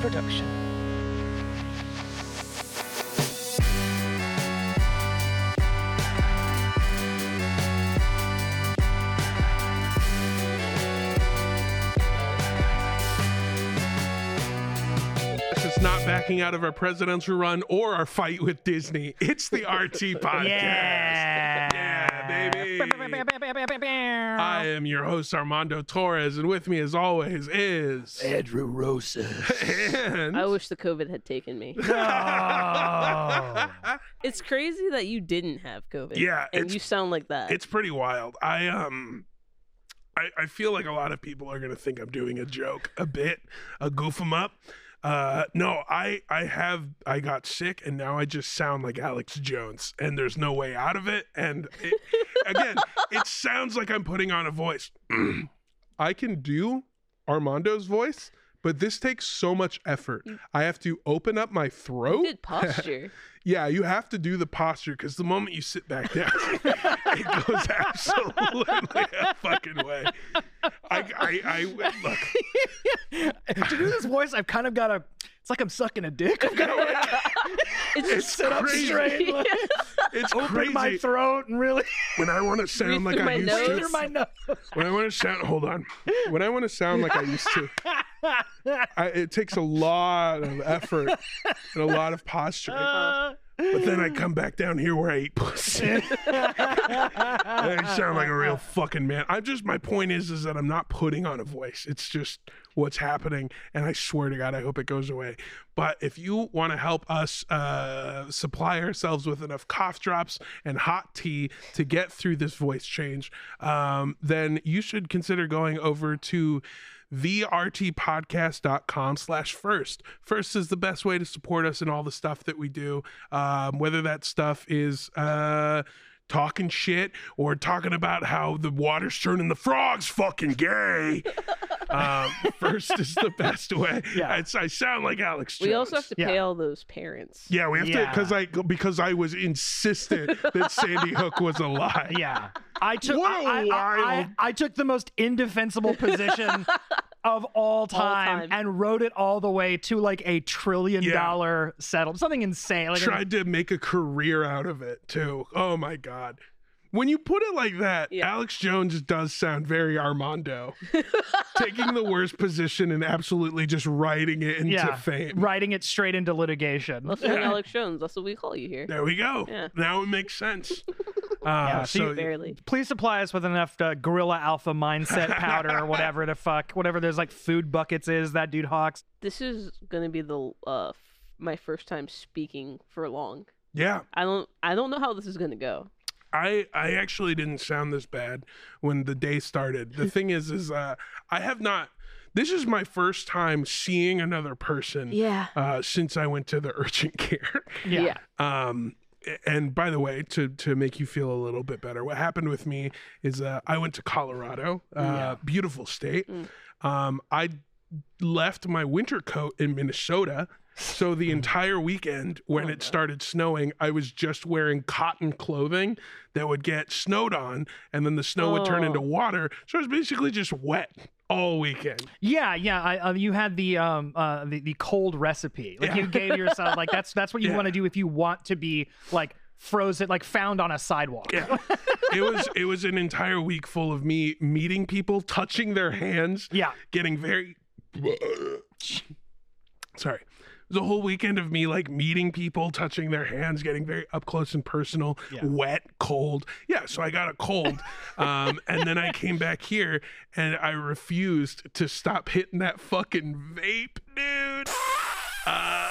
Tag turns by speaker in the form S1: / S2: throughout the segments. S1: production.
S2: It's not backing out of our presidential run or our fight with Disney. It's the RT podcast. Yeah, baby. I am your host, Armando Torres, and with me, as always, is.
S3: Andrew Rosa.
S2: And...
S4: I wish the COVID had taken me. It's crazy that you didn't have COVID.
S2: Yeah,
S4: and
S2: it's-
S4: you sound like that.
S2: It's pretty wild. I um I, I feel like a lot of people are gonna think I'm doing a joke, a bit, a goof 'em up. Uh no, I I have I got sick and now I just sound like Alex Jones and there's no way out of it. And it, again, it sounds like I'm putting on a voice. I can do Armando's voice, but this takes so much effort. I have to open up my throat.
S4: you did posture.
S2: Yeah, you have to do the posture because the moment you sit back down, it goes absolutely a fucking way. I, I, I look.
S3: to do this voice, I've kind of got a. It's like I'm sucking a dick. I've got to
S4: it's
S2: It's
S4: just
S2: sit up
S4: crazy.
S3: straight, like,
S2: It's
S3: open
S2: crazy
S3: my throat and really
S2: when I want to sound like
S4: through
S2: I
S4: my
S2: used
S4: nose.
S2: to.
S4: Breathe
S3: through my nose.
S2: When I want to sound, hold on. When I want to sound like I used to, I, it takes a lot of effort and a lot of posture.
S3: Uh.
S2: but then I come back down here where I eat pussy. I sound like a real fucking man. I just my point is is that I'm not putting on a voice. It's just what's happening, and I swear to God, I hope it goes away. But if you want to help us uh, supply ourselves with enough cough drops and hot tea to get through this voice change, um, then you should consider going over to thertpodcast.com slash first first is the best way to support us in all the stuff that we do um, whether that stuff is uh, talking shit or talking about how the water's turning the frogs fucking gay. um, first is the best way.
S3: Yeah.
S2: It's, I sound like Alex.
S4: We
S2: Jones.
S4: also have to
S3: Yeah.
S4: pay all those parents.
S2: Yeah, we have to
S3: Yeah.
S2: because I because I was insistent that Sandy Hook was a lie.
S3: Yeah, I took.
S2: What a
S3: I, I- I- I-
S2: wild-
S3: I took the most indefensible position of all time,
S4: time.
S3: and wrote it all the way to like a trillion
S2: Yeah.
S3: dollar settle, something insane. Like,
S2: Tried to make a career out of it too. Oh my god. When you put it like that,
S4: Yeah.
S2: Alex Jones does sound very Armando, taking the worst position and absolutely just writing it into
S3: yeah,
S2: fame.
S3: writing it straight into litigation.
S4: Let's do Alex Jones. That's what we call you here.
S2: There we go.
S4: Yeah.
S2: Now it makes sense. Uh,
S3: so
S2: so
S4: Barely.
S3: Please supply us with enough uh, gorilla alpha mindset powder or whatever the fuck, whatever those like food buckets is that dude hawks.
S4: This is gonna be the uh f- my first time speaking for long.
S2: yeah,
S4: I don't I don't know how this is gonna go.
S2: I I actually didn't sound this bad when the day started. The thing is, is uh, I have not. This is my first time seeing another person
S4: Yeah.
S2: uh, since I went to the urgent care.
S3: Yeah.
S2: Um, and by the way, to to make you feel a little bit better, what happened with me is uh, I went to Colorado, uh, beautiful state. Um, I left my winter coat in Minnesota. So the entire weekend, when it started snowing, I was just wearing cotton clothing that would get snowed on, and then the snow would turn
S4: Oh.
S2: into water. So I was basically just wet all weekend.
S3: Yeah, yeah. I, uh, you had the um uh the, the cold recipe. Like
S2: Yeah.
S3: you gave yourself like that's that's what you
S2: Yeah.
S3: want to do if you want to be like frozen, like found on a sidewalk.
S2: Yeah. it was it was an entire week full of me meeting people, touching their hands,
S3: Yeah.
S2: getting very sorry. It was a whole weekend of me like meeting people, touching their hands, getting very up close and personal,
S3: Yeah.
S2: wet, cold. Yeah, so I got a cold. um, and then I came back here and I refused to stop hitting that fucking vape, dude. Uh,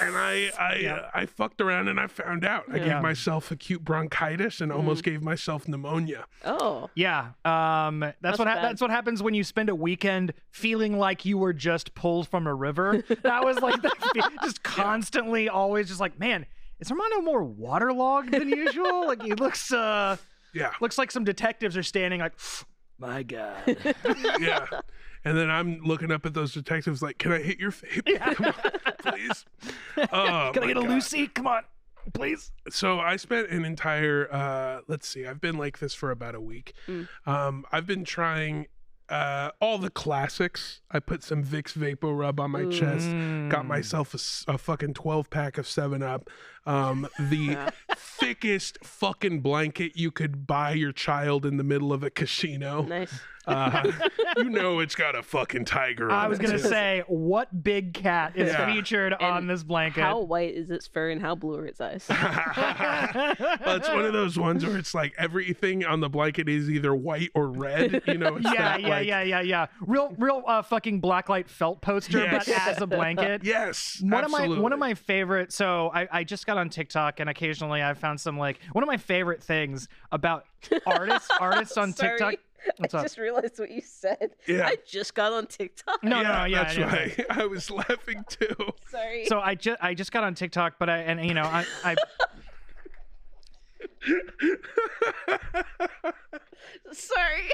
S2: and I I, uh, I fucked around and I found out. I
S3: Yeah. Mm.
S2: gave myself acute bronchitis and almost gave myself pneumonia.
S4: Oh.
S3: Yeah, um, that's, what hap
S4: bad.
S3: that's what happens when you spend a weekend feeling like you were just pulled from a river. That was like the fe- just constantly, always just like, man, is Armando more waterlogged than usual? like he looks, uh,
S2: Yeah.
S3: looks like some detectives are standing like, my god,
S2: yeah. And then I'm looking up at those detectives like, can I hit your vape? Come on, please. Oh,
S3: can
S2: my
S3: I get a
S2: God.
S3: Lucy? Come on, please.
S2: So I spent an entire, uh, let's see, I've been like this for about a week. Um, I've been trying uh, all the classics. I put some Vicks Vapor Rub on my
S4: Ooh.
S2: chest. Got
S3: Mm.
S2: myself a s- a, fucking 12 pack of 7 Up. Um, the
S4: Yeah.
S2: thickest fucking blanket you could buy your child in the middle of a casino.
S4: Nice.
S2: Uh, you know it's got a fucking tiger on
S3: I was
S2: it,
S3: gonna
S2: too.
S3: say, what big cat is
S2: Yeah.
S3: featured on
S4: And
S3: this blanket?
S4: How white is its fur and how blue are its eyes?
S2: Well, it's one of those ones where it's like everything on the blanket is either white or red. You know, it's
S3: yeah,
S2: that,
S3: yeah,
S2: like,
S3: yeah, yeah, yeah. Real, real uh, fucking blacklight felt poster,
S2: Yes.
S3: but as a blanket.
S2: Yes,
S3: One
S2: absolutely.
S3: of my one of my favorite. So I, I just got on TikTok and occasionally I found some like one of my favorite things about artists artists on
S4: Sorry.
S3: TikTok. What's
S4: I
S3: up?
S4: just realized what you said.
S2: Yeah.
S4: I just got on TikTok.
S3: No, no, no, yeah,
S2: that's
S3: yeah.
S2: right. I was laughing too.
S4: Sorry.
S3: So I just I just got on TikTok, but I and you know I, I
S4: Sorry.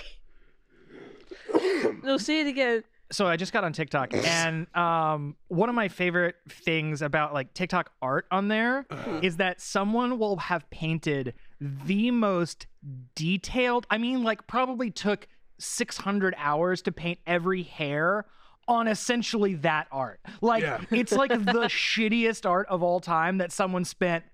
S4: no, say it again.
S3: so I just got on TikTok and um one of my favorite things about like TikTok art on there
S2: Uh.
S3: is that someone will have painted the most detailed I mean like probably took 600 hours to paint every hair on essentially that art. Like
S2: Yeah.
S3: it's like the shittiest art of all time that someone spent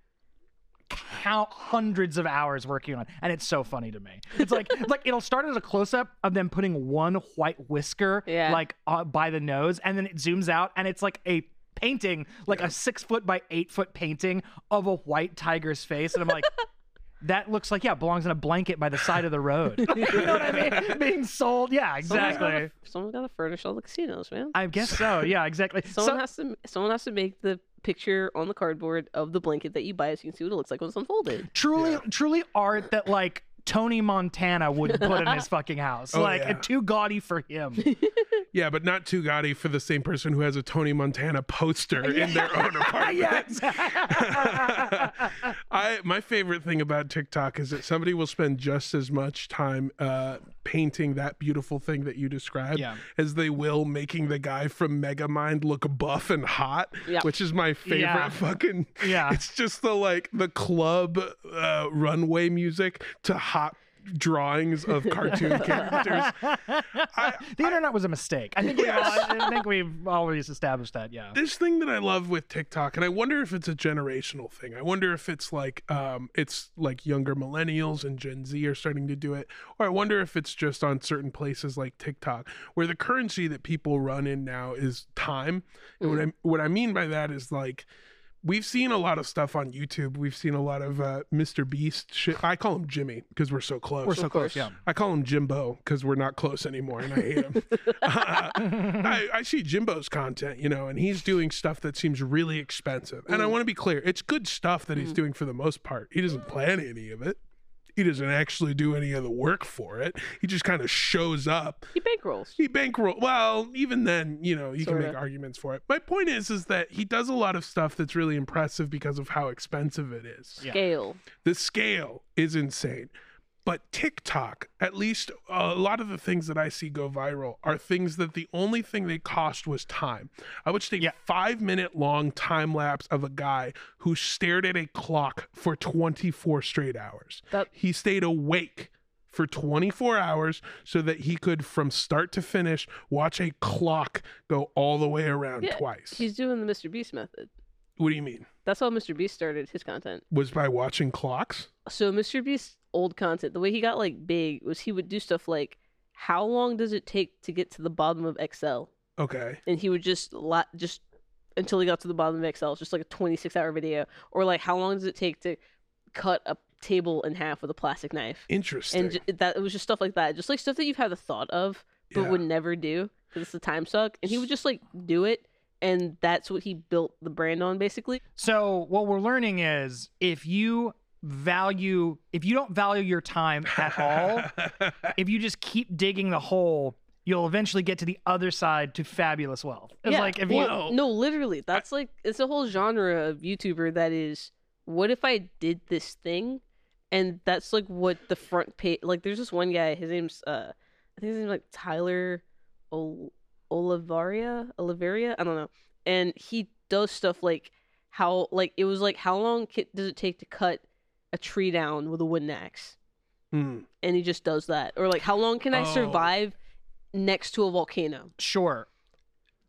S3: count hundreds of hours working on and it's so funny to me it's like like it'll start as a close-up of them putting one white whisker
S4: Yeah.
S3: like uh, by the nose and then it zooms out and it's like a painting like a six foot by eight foot painting of a white tiger's face and i'm like that looks like yeah it belongs in a blanket by the side of the road you know what i mean being sold yeah
S4: Someone's gotta-
S3: exactly
S4: Someone's got to furnish all the casinos, man.
S3: i guess so yeah exactly
S4: Someone
S3: So-
S4: has to. Someone has to make the picture on the cardboard of the blanket that you buy, so you can see what it looks like when it's unfolded.
S3: truly truly art that like Tony Montana would put in his fucking house.
S2: Oh,
S3: like
S2: yeah.
S3: too gaudy for him.
S2: Yeah, but not too gaudy for the same person who has a Tony Montana poster in their own apartment. I my favorite thing about TikTok is that somebody will spend just as much time uh, painting that beautiful thing that you described
S3: Yeah.
S2: as they will making the guy from Megamind look buff and hot,
S4: Yeah.
S2: which is my favorite
S3: Yeah.
S2: fucking.
S3: Yeah.
S2: it's just the like the club uh, runway music to hot drawings of cartoon characters.
S3: the internet was a mistake. I think we I think we've already established that. Yeah.
S2: this thing that I love with TikTok, and I wonder if it's a generational thing. I wonder if it's like um, it's like younger millennials and Gen Z are starting to do it, or I wonder if it's just on certain places like TikTok, where the currency that people run in now is time. And
S3: Mm.
S2: what I what I mean by that is like we've seen a lot of stuff on YouTube. We've seen a lot of uh, Mr. Beast shit. I call him Jimmy because we're so close.
S3: We're so close.
S4: course.
S3: Yeah.
S2: I call him Jimbo because we're not close anymore, and I hate him. I, I see Jimbo's content, you know, and he's doing stuff that seems really expensive. And I want to be clear, it's good stuff that he's doing for the most part. He doesn't plan any of it. He doesn't actually do any of the work for it. He just kind of shows up.
S4: He bankrolls.
S2: He bankroll. Well, even then, you know, you can
S4: Sorta.
S2: make arguments for it. My point is, is that he does a lot of stuff that's really impressive because of how expensive it is.
S3: Yeah.
S4: Scale.
S2: The scale is insane. But TikTok, at least a lot of the things that I see go viral are things that the only thing they cost was time. I would take
S3: Yeah.
S2: five minute long time lapse of a guy who stared at a clock for 24 straight hours.
S4: That-
S2: He stayed awake for 24 hours so that he could, from start to finish, watch a clock go all the way around
S4: Yeah,
S2: twice.
S4: He's doing the Mr. Beast method.
S2: What do you mean?
S4: That's how Mr. Beast started his content.
S2: Was by watching clocks?
S4: so Mr. Beast's old content, the way he got like big was he would do stuff like, "How long does it take to get to the bottom of Excel?"
S2: Okay.
S4: And he would just la- just until he got to the bottom of Excel, it's just like a 26 hour video, or like, "How long does it take to cut a table in half with a plastic knife?"
S2: Interesting.
S4: And ju- that it was just stuff like that, just like stuff that you've had a thought of but
S2: Yeah.
S4: would never do because it's a time suck. And he would just like do it, and that's what he built the brand on, basically.
S3: So what we're learning is if you value if you don't value your time at all, if you just keep digging the hole, you'll eventually get to the other side to fabulous wealth. It's
S4: Yeah,
S3: like if you
S4: well, no, literally, that's like it's a whole genre of YouTuber that is, what if I did this thing, and that's like what the front page. Like, there's this one guy. His name's uh, I think his name's like Tyler Ol- Olivaria, Oliveria. I don't know. And he does stuff like how like it was like how long ca- does it take to cut a tree down with a wooden axe?
S2: Hmm.
S4: and he just does that or like how long can i
S2: Oh.
S4: survive next to a volcano.
S3: Sure.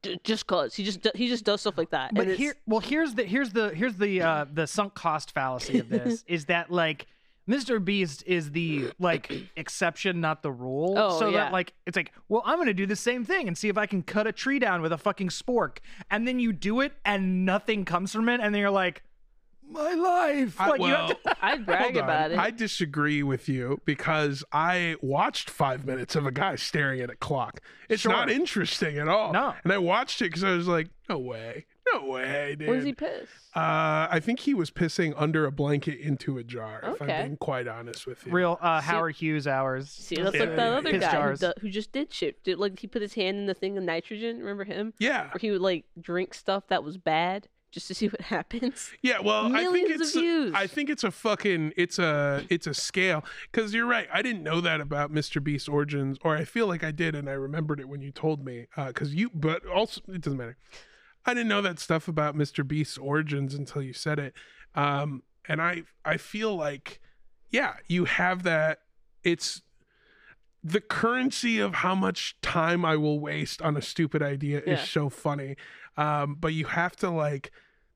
S4: D- just cause he just d- he just does stuff like that.
S3: But
S4: and it's-
S3: here, well, here's the here's the here's the uh, the sunk cost fallacy of this is that like Mr. Beast is the like exception, not the rule.
S4: Oh,
S3: so
S4: yeah.
S3: that like it's like, well, I'm gonna do the same thing and see if I can cut a tree down with a fucking spork, and then you do it and nothing comes from it, and then you're like, my life.
S2: I-
S3: like you have
S2: well,
S3: to
S4: I'd brag
S2: Hold on.
S4: about it.
S2: I disagree with you because I watched five minutes of a guy staring at a clock. It's
S3: Sure.
S2: not interesting at all.
S3: No.
S2: And I watched it because I was like, no way. No way, dude.
S4: When's he pissed?
S2: uh, I think he was pissing under a blanket into a jar, if
S4: Okay.
S2: I'm being quite honest with you.
S3: real uh,
S4: See-
S3: Howard Hughes hours.
S4: See, that's
S2: Yeah,
S4: like that
S2: yeah,
S4: other
S3: yeah. Piss
S4: guy who,
S3: jars.
S4: do, who just did shit. Did, like he put his hand in the thing of nitrogen. Remember him?
S2: Yeah.
S4: Where he would like drink stuff that was bad just to see what happens.
S2: Yeah, well, I think
S4: Millions of
S2: it's
S4: views.
S2: I think it's a fucking it's a it's a scale cuz you're right. I didn't know that about Mr. Beast origins or I feel like I did and I remembered it when you told me uh, cuz you but also it doesn't matter. I didn't know that stuff about Mr. Beast's origins until you said it. Um and I I feel like yeah, you have that it's the currency of how much time I will waste on a stupid idea
S4: Yeah.
S2: is so funny. Um, but you have to like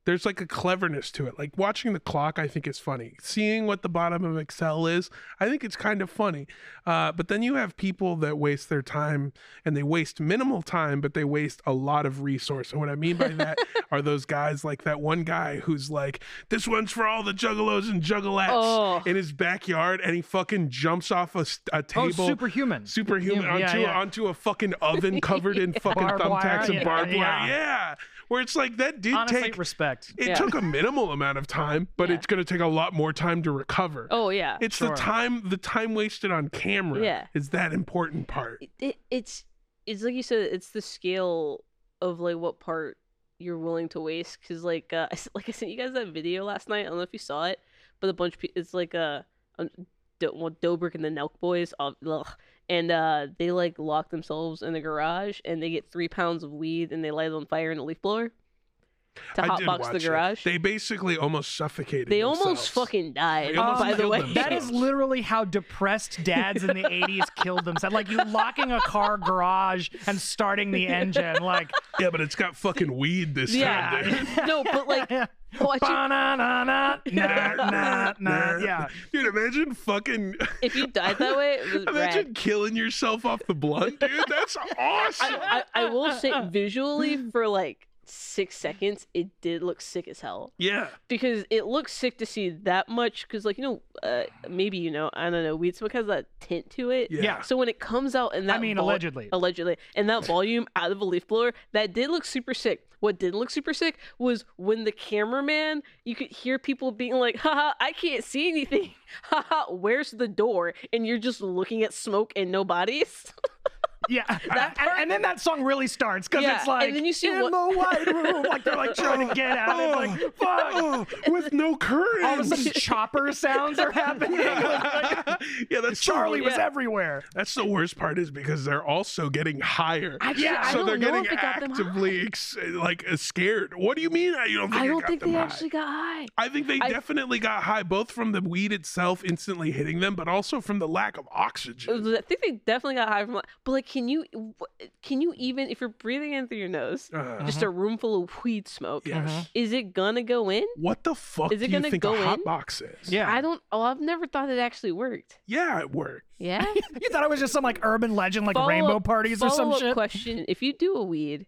S2: there's like a cleverness to it. Like watching the clock, I think is funny. Seeing what the bottom of Excel is, I think it's kind of funny. Uh, but then you have people that waste their time and they waste minimal time, but they waste a lot of resource. And what I mean by that are those guys like that one guy who's like, this one's for all the juggalos and juggalettes
S4: Oh.
S2: in his backyard, and he fucking jumps off a, s- a
S3: Oh,
S2: table.
S3: superhuman.
S2: Superhuman
S3: Yeah,
S2: onto
S3: yeah.
S2: onto a fucking oven covered in fucking
S3: Barbed wire,
S2: thumbtacks
S3: yeah,
S2: and barbed wire.
S3: yeah.
S2: Yeah. where it's like that did
S3: Honestly,
S2: take
S3: respect.
S2: it
S4: Yeah.
S2: took a minimal amount of time, but
S4: Yeah.
S2: it's going to take a lot more time to recover.
S4: Oh yeah.
S2: it's
S3: sure.
S2: the time the time wasted on camera
S4: Yeah.
S2: is that important part.
S4: it, it, it's it's like you said it's the scale of like what part you're willing to waste because like uh I s- like i sent you guys that video last night i don't know if you saw it but a bunch of people it's like uh um, Do- well, dobrik and the nelk boys uh, ugh. and uh they like lock themselves in the garage and they get three pounds of weed and they light it on fire in a leaf blower to
S2: I did
S4: hotbox
S2: watch
S4: the
S2: it.
S4: garage
S2: They basically almost suffocated.
S4: they
S2: themselves.
S4: almost fucking died
S2: They almost
S4: by the
S2: killed
S4: way
S2: themselves.
S3: That is literally how depressed dads in the 80s killed themselves. Like you locking a car garage and starting the engine. Like,
S2: Yeah, but it's got fucking weed this time. dude.
S4: yeah no but like watching
S3: Ba-na-na-na, na-na-na, yeah.
S2: dude. Imagine fucking
S4: if you died that way it was rad.
S2: imagine killing yourself off the blunt, dude. That's awesome.
S4: I, I will say visually for like six seconds it did look sick as hell
S2: yeah,
S4: because it looks sick to see that much because like you know uh, maybe you know i don't know weed smoke has that tint to it
S2: yeah,
S3: Yeah.
S4: so when it comes out and that
S3: I mean,
S4: vol-
S3: allegedly.
S4: allegedly and that volume out of a leaf blower that did look super sick what didn't look super sick was when the cameraman you could hear people being like haha i can't see anything haha where's the door and you're just looking at smoke and no bodies
S3: Yeah.
S4: That
S3: and, and then that song really starts because
S4: Yeah,
S3: it's like,
S4: and then you see
S3: in
S4: what-
S3: the wide room. Like they're like trying to get out. It's like, fuck.
S2: Oh, with no curtains.
S3: All of a sudden, chopper sounds are happening.
S2: yeah, that's
S3: Charlie
S2: The,
S3: was
S4: Yeah.
S3: everywhere.
S2: that's the worst part is because they're also getting higher.
S4: Actually,
S3: Yeah.
S4: I
S2: so
S4: don't
S2: they're
S4: know
S2: getting
S4: if it got them
S2: actively ex- like uh, scared. What do you mean? I, you don't think
S4: I
S2: it
S4: don't
S2: got
S4: think
S2: them
S4: they
S2: high?
S4: actually got high.
S2: I think they
S4: I-
S2: definitely got high, both from the weed itself instantly hitting them, but also from the lack of oxygen.
S4: Uh, I think they definitely got high from. But like, can you wh- can you even if you're breathing in through your nose,
S2: Uh,
S4: just a room full of weed smoke?
S2: yes.
S3: Mhm.
S4: Is it gonna go in?
S2: What the fuck
S4: Is it
S2: do you
S4: gonna
S2: think
S4: go
S2: a
S4: in?
S2: hot box is?
S3: Yeah.
S4: I don't. Oh, I've never thought it actually worked.
S2: Yeah, it worked.
S4: Yeah.
S3: You thought it was just some like urban legend, like
S4: Follow
S3: rainbow
S4: up-
S3: parties or some
S4: Follow up
S3: shit.
S4: question: If you do a weed,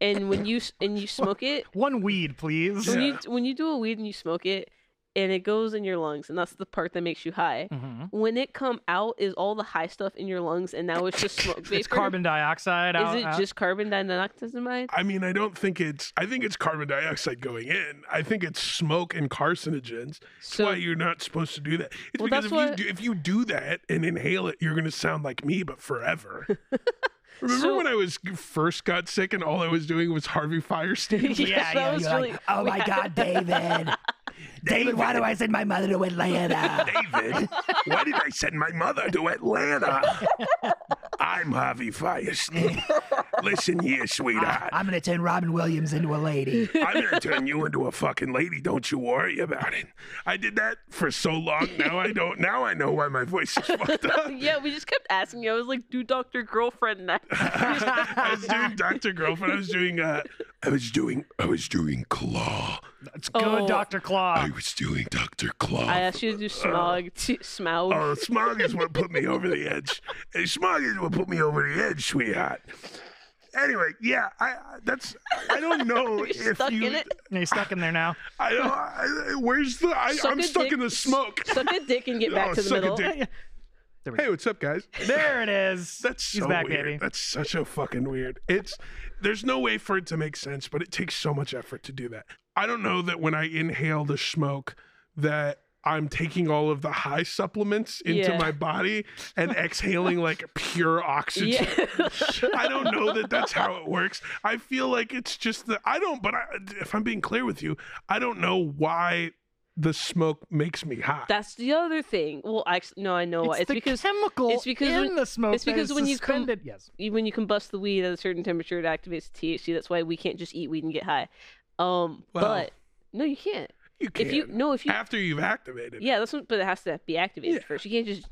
S4: and when you s- and you smoke it,
S3: One weed, please.
S4: when you
S2: Yeah.
S4: when you do a weed and you smoke it, and it goes in your lungs, and that's the part that makes you high.
S2: Mm-hmm.
S4: When it come out, is all the high stuff in your lungs, and now it's just smoke vapor.
S3: It's carbon dioxide.
S4: Is
S3: out-
S4: it
S3: out-
S4: just carbon dioxide?
S2: I mean, I don't think it's. I think it's carbon dioxide going in. I think it's smoke and carcinogens. That's
S4: So-
S2: why you're not supposed to do that. It's
S4: Well,
S2: because
S4: that's
S2: if
S4: why-
S2: you do, if you do that and inhale it, you're going to sound like me, but forever. Remember
S4: So-
S2: when I was first got sick and all I was doing was Harvey Firestein?
S4: Yeah, that was
S3: you're
S4: really-
S3: oh
S4: we
S3: my
S4: had-
S3: God, David. David, why do I send my mother to Atlanta?
S2: David, why did I send my mother to Atlanta? I'm Harvey Firestein. Listen here, sweetheart.
S3: I'm gonna turn Robin Williams into a lady.
S2: I'm gonna turn you into a fucking lady. Don't you worry about it. I did that for so long. Now I don't. Now I know why my voice is fucked up.
S4: yeah, we just kept asking. you. I was like, "Do Doctor Girlfriend next?"
S2: I was doing Doctor Girlfriend. I was doing. Uh, I was doing. I was doing Claw.
S3: That's good,
S4: Oh.
S3: Doctor Claw.
S2: I was doing Doctor Claw.
S4: I asked you to do smog, t- smog.
S2: Oh, smog is what put me over the edge. And smog is what put me over the edge, sweetheart. Anyway, yeah, I I- that's I don't know
S4: You're
S2: if
S4: stuck
S2: you
S4: in it.
S3: And he's stuck in there now.
S2: I don't I, where's the I,
S4: Suck
S2: I'm
S4: a
S2: stuck
S4: dick-
S2: in the smoke.
S4: Suck a dick and get back
S2: Oh,
S4: to the
S2: suck a
S4: middle.
S2: dick.
S3: Yeah. There we
S2: Hey,
S3: go.
S2: what's up, guys?
S3: There it is.
S2: That's
S3: he's
S2: so
S3: back,
S2: weird.
S3: baby.
S2: That's such a fucking weird. It's there's no way for it to make sense, but it takes so much effort to do that. I don't know that when I inhale the smoke that I'm taking all of the high supplements into
S4: Yeah.
S2: my body and exhaling like pure oxygen.
S4: Yeah.
S2: I don't know that that's how it works. I feel like it's just that I don't. But I, if I'm being clear with you, I don't know why the smoke makes me hot.
S4: That's the other thing. Well, actually, no, I know why. It's,
S3: the
S4: because
S3: chemical
S4: it's because
S3: in
S4: when-
S3: the smoke.
S4: it's
S3: that
S4: because
S3: is
S4: when you com-
S3: suspended. yes.
S4: you- when you combust the weed at a certain temperature, it activates THC. That's why we can't just eat weed and get high. Um,
S2: Well,
S4: but no, you can't.
S2: you can
S4: If you no, if you
S2: after you've activated.
S4: yeah, that's what, but it has to be activated
S2: Yeah.
S4: first. You can't just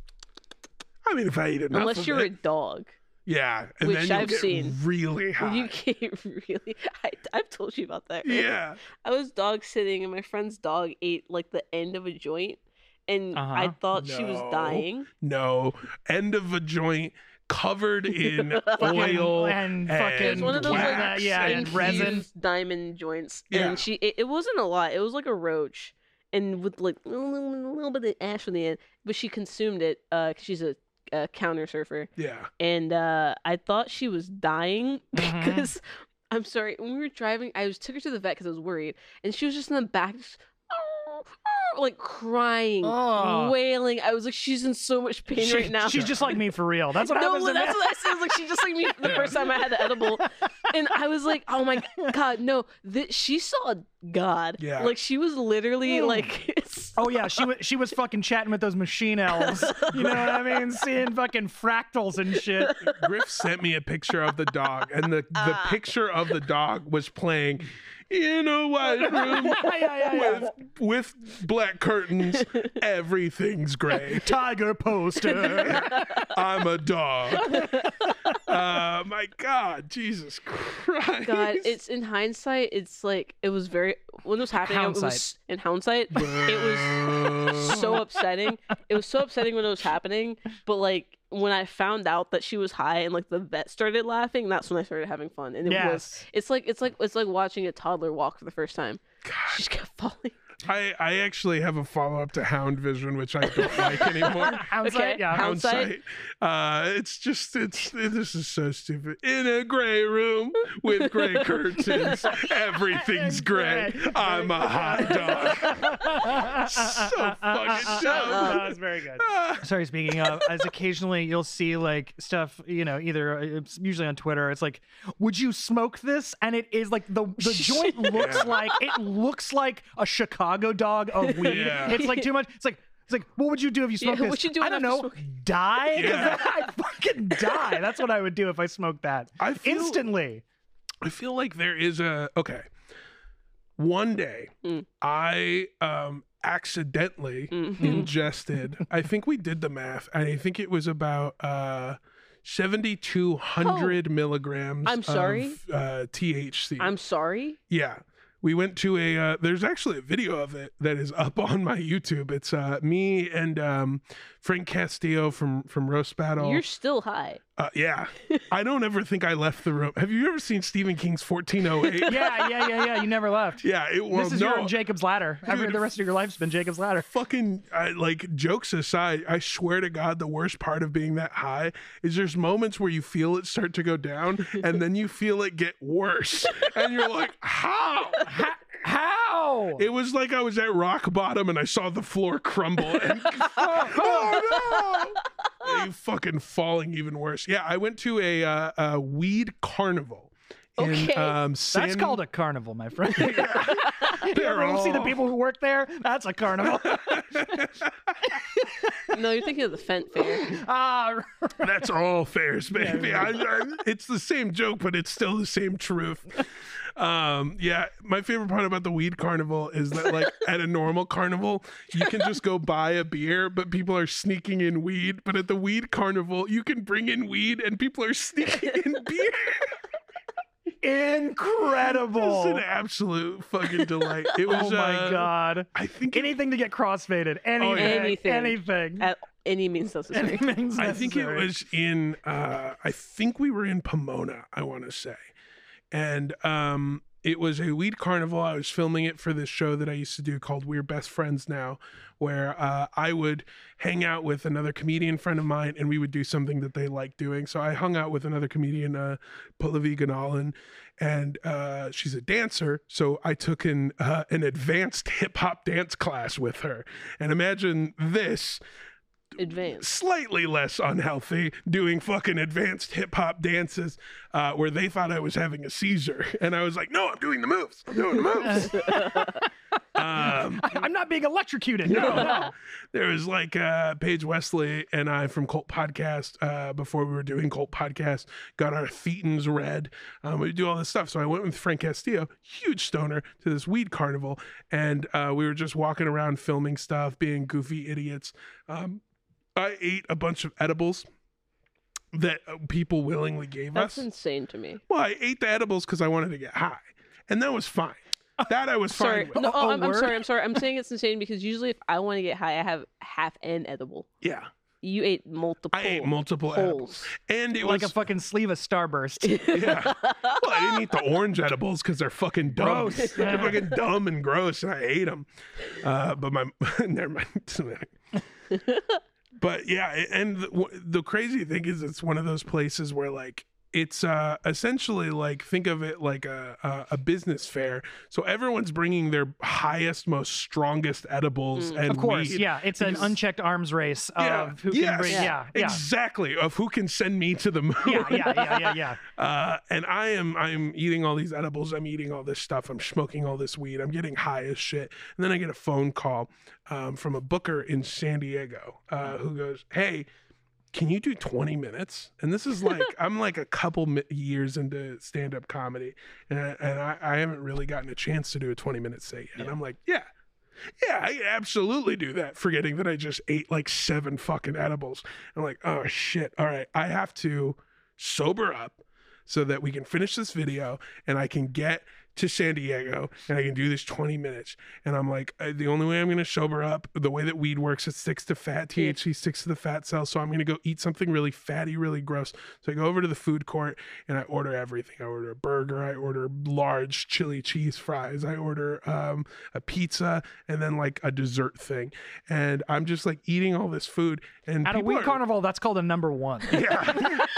S2: I mean, if I eat enough
S4: unless
S2: of
S4: you're
S2: it,
S4: a dog.
S2: Yeah, and
S4: Which
S2: then you
S4: I've
S2: get
S4: seen.
S2: really high.
S4: You can't really. I, I've told you about that. right?
S2: yeah,
S4: I was dog sitting, and my friend's dog ate like the end of a joint, and I
S3: Uh-huh.
S4: thought she was
S2: No.
S4: dying.
S2: no, end of a joint covered in
S3: Fucking-
S2: oil. and
S3: and fucking
S4: It was one of those like
S2: wax
S3: yeah,
S2: and
S3: and resin.
S4: infused diamond joints,
S2: Yeah.
S4: and she. It, it wasn't a lot. It was like a roach, and with like a little, little bit of ash on the end. But she consumed it. Uh, 'cause she's a, a counter surfer,
S2: yeah,
S4: and uh, I thought she was dying
S3: Mhm.
S4: because. I'm sorry. When we were driving, I was took her to the vet because I was worried, and she was just in the back, just, "Oh, like crying,
S3: Ugh.
S4: wailing. I was like, she's in so much pain
S3: Oh. She-
S4: right now.
S3: She's just like me for real. That's what happens.
S4: no,
S3: to me.
S4: that's what I said. Like she just like me the first time I had the edible, and I was like, "Oh my god, no!" Th- she saw God.
S2: Yeah.
S4: Like she was literally
S3: Mm.
S4: like, it's-
S3: Oh yeah, she was she was fucking chatting with those machine elves. You know what I mean? Seeing fucking fractals and shit.
S2: Griff sent me a picture of the dog, and the the
S4: Ah.
S2: picture of the dog was playing in a white room
S3: Yeah, yeah, yeah.
S2: with with black curtains. Everything's gray.
S3: Tiger poster.
S2: I'm a dog. Uh, my God, Jesus Christ!
S4: God. It's in hindsight, it's like it was very when it was happening. It was
S3: Hindsight.
S4: in hindsight, it was
S2: was
S4: so upsetting. It was so upsetting when it was happening, but like when I found out that she was high and like the vet started laughing, that's when I started having fun. And it was
S3: yes.
S4: it's like it's like it's like watching a toddler walk for the first time.
S2: God.
S4: She just kept falling.
S2: I, I actually have a follow up to Hound Vision, which I don't like anymore.
S3: Outside,
S4: Okay.
S3: yeah.
S4: How-
S2: Hound
S4: Houndsight?
S2: Sight. Uh, it's just, it's, this is so stupid. In a gray room with gray curtains, everything's gray. I'm a hot dog. So fucking dumb.
S3: That was very good.
S2: Ah,
S3: Sorry, speaking of, as occasionally you'll see like stuff, you know, either uh, it's usually on Twitter, it's like, would you smoke this? And it is like the the joint looks
S2: Yeah.
S3: like it looks like a Chicago dog of weed.
S2: Yeah.
S3: It's like too much. It's like it's like what would you do if you
S4: Yeah,
S3: smoked this?
S4: what you doing
S3: I don't
S4: after
S3: know.
S4: smoking?
S3: Die? 'Cause
S2: Yeah.
S3: I'd fucking die. That's what I would do if I smoked that
S2: I feel,
S3: instantly.
S2: I feel like there is a, okay. One day,
S4: Mm.
S2: I um, accidentally
S4: Mhm.
S2: ingested. I think we did the math, and I think it was about uh, seventy-two hundred milligrams.
S4: Oh. I'm sorry?
S2: Of, uh, THC.
S4: I'm sorry.
S2: yeah. We went to a. Uh, there's actually a video of it that is up on my YouTube. It's uh, me and um, Frank Castillo from from Roast Battle.
S4: You're still high.
S2: Uh, yeah, I don't ever think I left the room. Have you ever seen Stephen King's 1408?
S3: Yeah, yeah, yeah, yeah. You never left.
S2: yeah, it was
S3: this is
S2: no,
S3: your Jacob's ladder. Every
S2: Dude,
S3: the rest of your life's been Jacob's ladder.
S2: fucking I, like jokes aside i swear to god the worst part of being that high is there's moments where you feel it start to go down and then you feel it get worse and you're like how
S3: How?
S2: it was like i was at rock bottom and i saw the floor crumble and oh no you fucking falling even worse yeah i went to a, uh, a weed carnival in
S4: Okay.
S2: um, San
S3: That's called a carnival, my friend. you ever
S2: They're
S3: see the
S2: all-
S3: people who work there? That's a carnival.
S4: No, you're thinking of the Fent Fair.
S3: Ah,
S2: That's all fairs, baby.
S3: Yeah,
S2: I, I, it's the same joke, but it's still the same truth. Um, yeah, my favorite part about the weed carnival is that, like, at a normal carnival, you can just go buy a beer, but people are sneaking in weed. But at the weed carnival, you can bring in weed, and people are sneaking in beer. It's
S3: incredible.
S2: an absolute fucking delight. It was.
S3: Oh my
S2: uh,
S3: god.
S2: I think. it-
S3: Anything to get crossfaded.
S2: Oh,
S3: Anything.
S4: Anything.
S3: Anything.
S4: At any means necessary.
S3: Anything's
S2: I think it
S3: necessary.
S2: was in. Uh, I think we were in Pomona. I want to say, and um, it was a weed carnival. I was filming it for this show that I used to do called We're Best Friends Now, where uh, I would hang out with another comedian friend of mine, and we would do something that they liked doing. So I hung out with another comedian, uh, Pallavi Ganalan, and uh, she's a dancer. So I took an uh, an advanced hip hop dance class with her. And imagine this
S4: Advanced.
S2: slightly less unhealthy doing fucking advanced hip hop dances uh, where they thought I was having a seizure. And I was like, no, I'm doing the moves. I'm doing the moves. um,
S3: I'm not being electrocuted.
S2: no,
S3: No.
S2: no. There was like uh, Paige Wesley and I from Cult Podcast, uh, before we were doing Cult Podcast, got our thetans red. Um, we do all this stuff. So I went with Frank Castillo, huge stoner, to this weed carnival. And uh, we were just walking around filming stuff, being goofy idiots. Um, I ate a bunch of edibles that uh, people willingly gave
S4: That's
S2: us.
S4: insane to me.
S2: well, I ate the edibles because I wanted to get high. And that was fine. That I was fine
S4: Sorry.
S2: with.
S4: No,
S3: Oh,
S4: oh,
S3: oh,
S4: I'm, I'm
S3: word.
S4: sorry. I'm sorry. I'm saying it's insane because usually if I want to get high, I have half an edible.
S2: Yeah.
S4: You ate multiple.
S2: I ate multiple edibles.
S4: holes.
S2: And it
S3: Like
S2: was
S3: a fucking sleeve of Starburst.
S2: Yeah. Well, I didn't eat the orange edibles because they're fucking dumb.
S3: Gross.
S2: They're fucking dumb and gross, and I ate them. Uh, but my, never mind. but yeah, a- and the, wh- the crazy thing is, it's one of those places where like it's uh, essentially like think of it like a, a a business fair. So everyone's bringing their highest, most strongest edibles, and
S3: Mm. Of course,
S2: weed.
S3: yeah. It's an
S2: because-
S3: unchecked arms race of who
S2: yes,
S3: can bring. Yeah, yeah,
S2: exactly. Of who can send me to the moon.
S3: yeah, yeah, yeah, yeah, yeah.
S2: Uh, and I am I'm eating all these edibles. I'm eating all this stuff. I'm smoking all this weed. I'm getting high as shit. And then I get a phone call um, from a booker in San Diego uh, who goes, "Hey, can you do 20 minutes?" And this is like I'm like a couple mi- years into stand up comedy, and, and I, I haven't really gotten a chance to do a 20 minute set yet. And I'm like, yeah. Yeah, I can absolutely do that, forgetting that I just ate like seven fucking edibles. I'm like, oh shit. All right, I have to sober up so that we can finish this video and I can get to San Diego and I can do this 20 minutes. And I'm like, uh, the only way I'm going to sober up, the way that weed works, it sticks to fat,
S4: Yeah.
S2: THC sticks to the fat cell. So I'm going to go eat something really fatty, really gross. So I go over to the food court and I order everything. I order a burger, I order large chili cheese fries, I order um, a pizza, and then like a dessert thing. And I'm just like eating all this food. And
S3: At a
S2: people
S3: weed
S2: are-
S3: carnival, that's called a number one.
S2: yeah.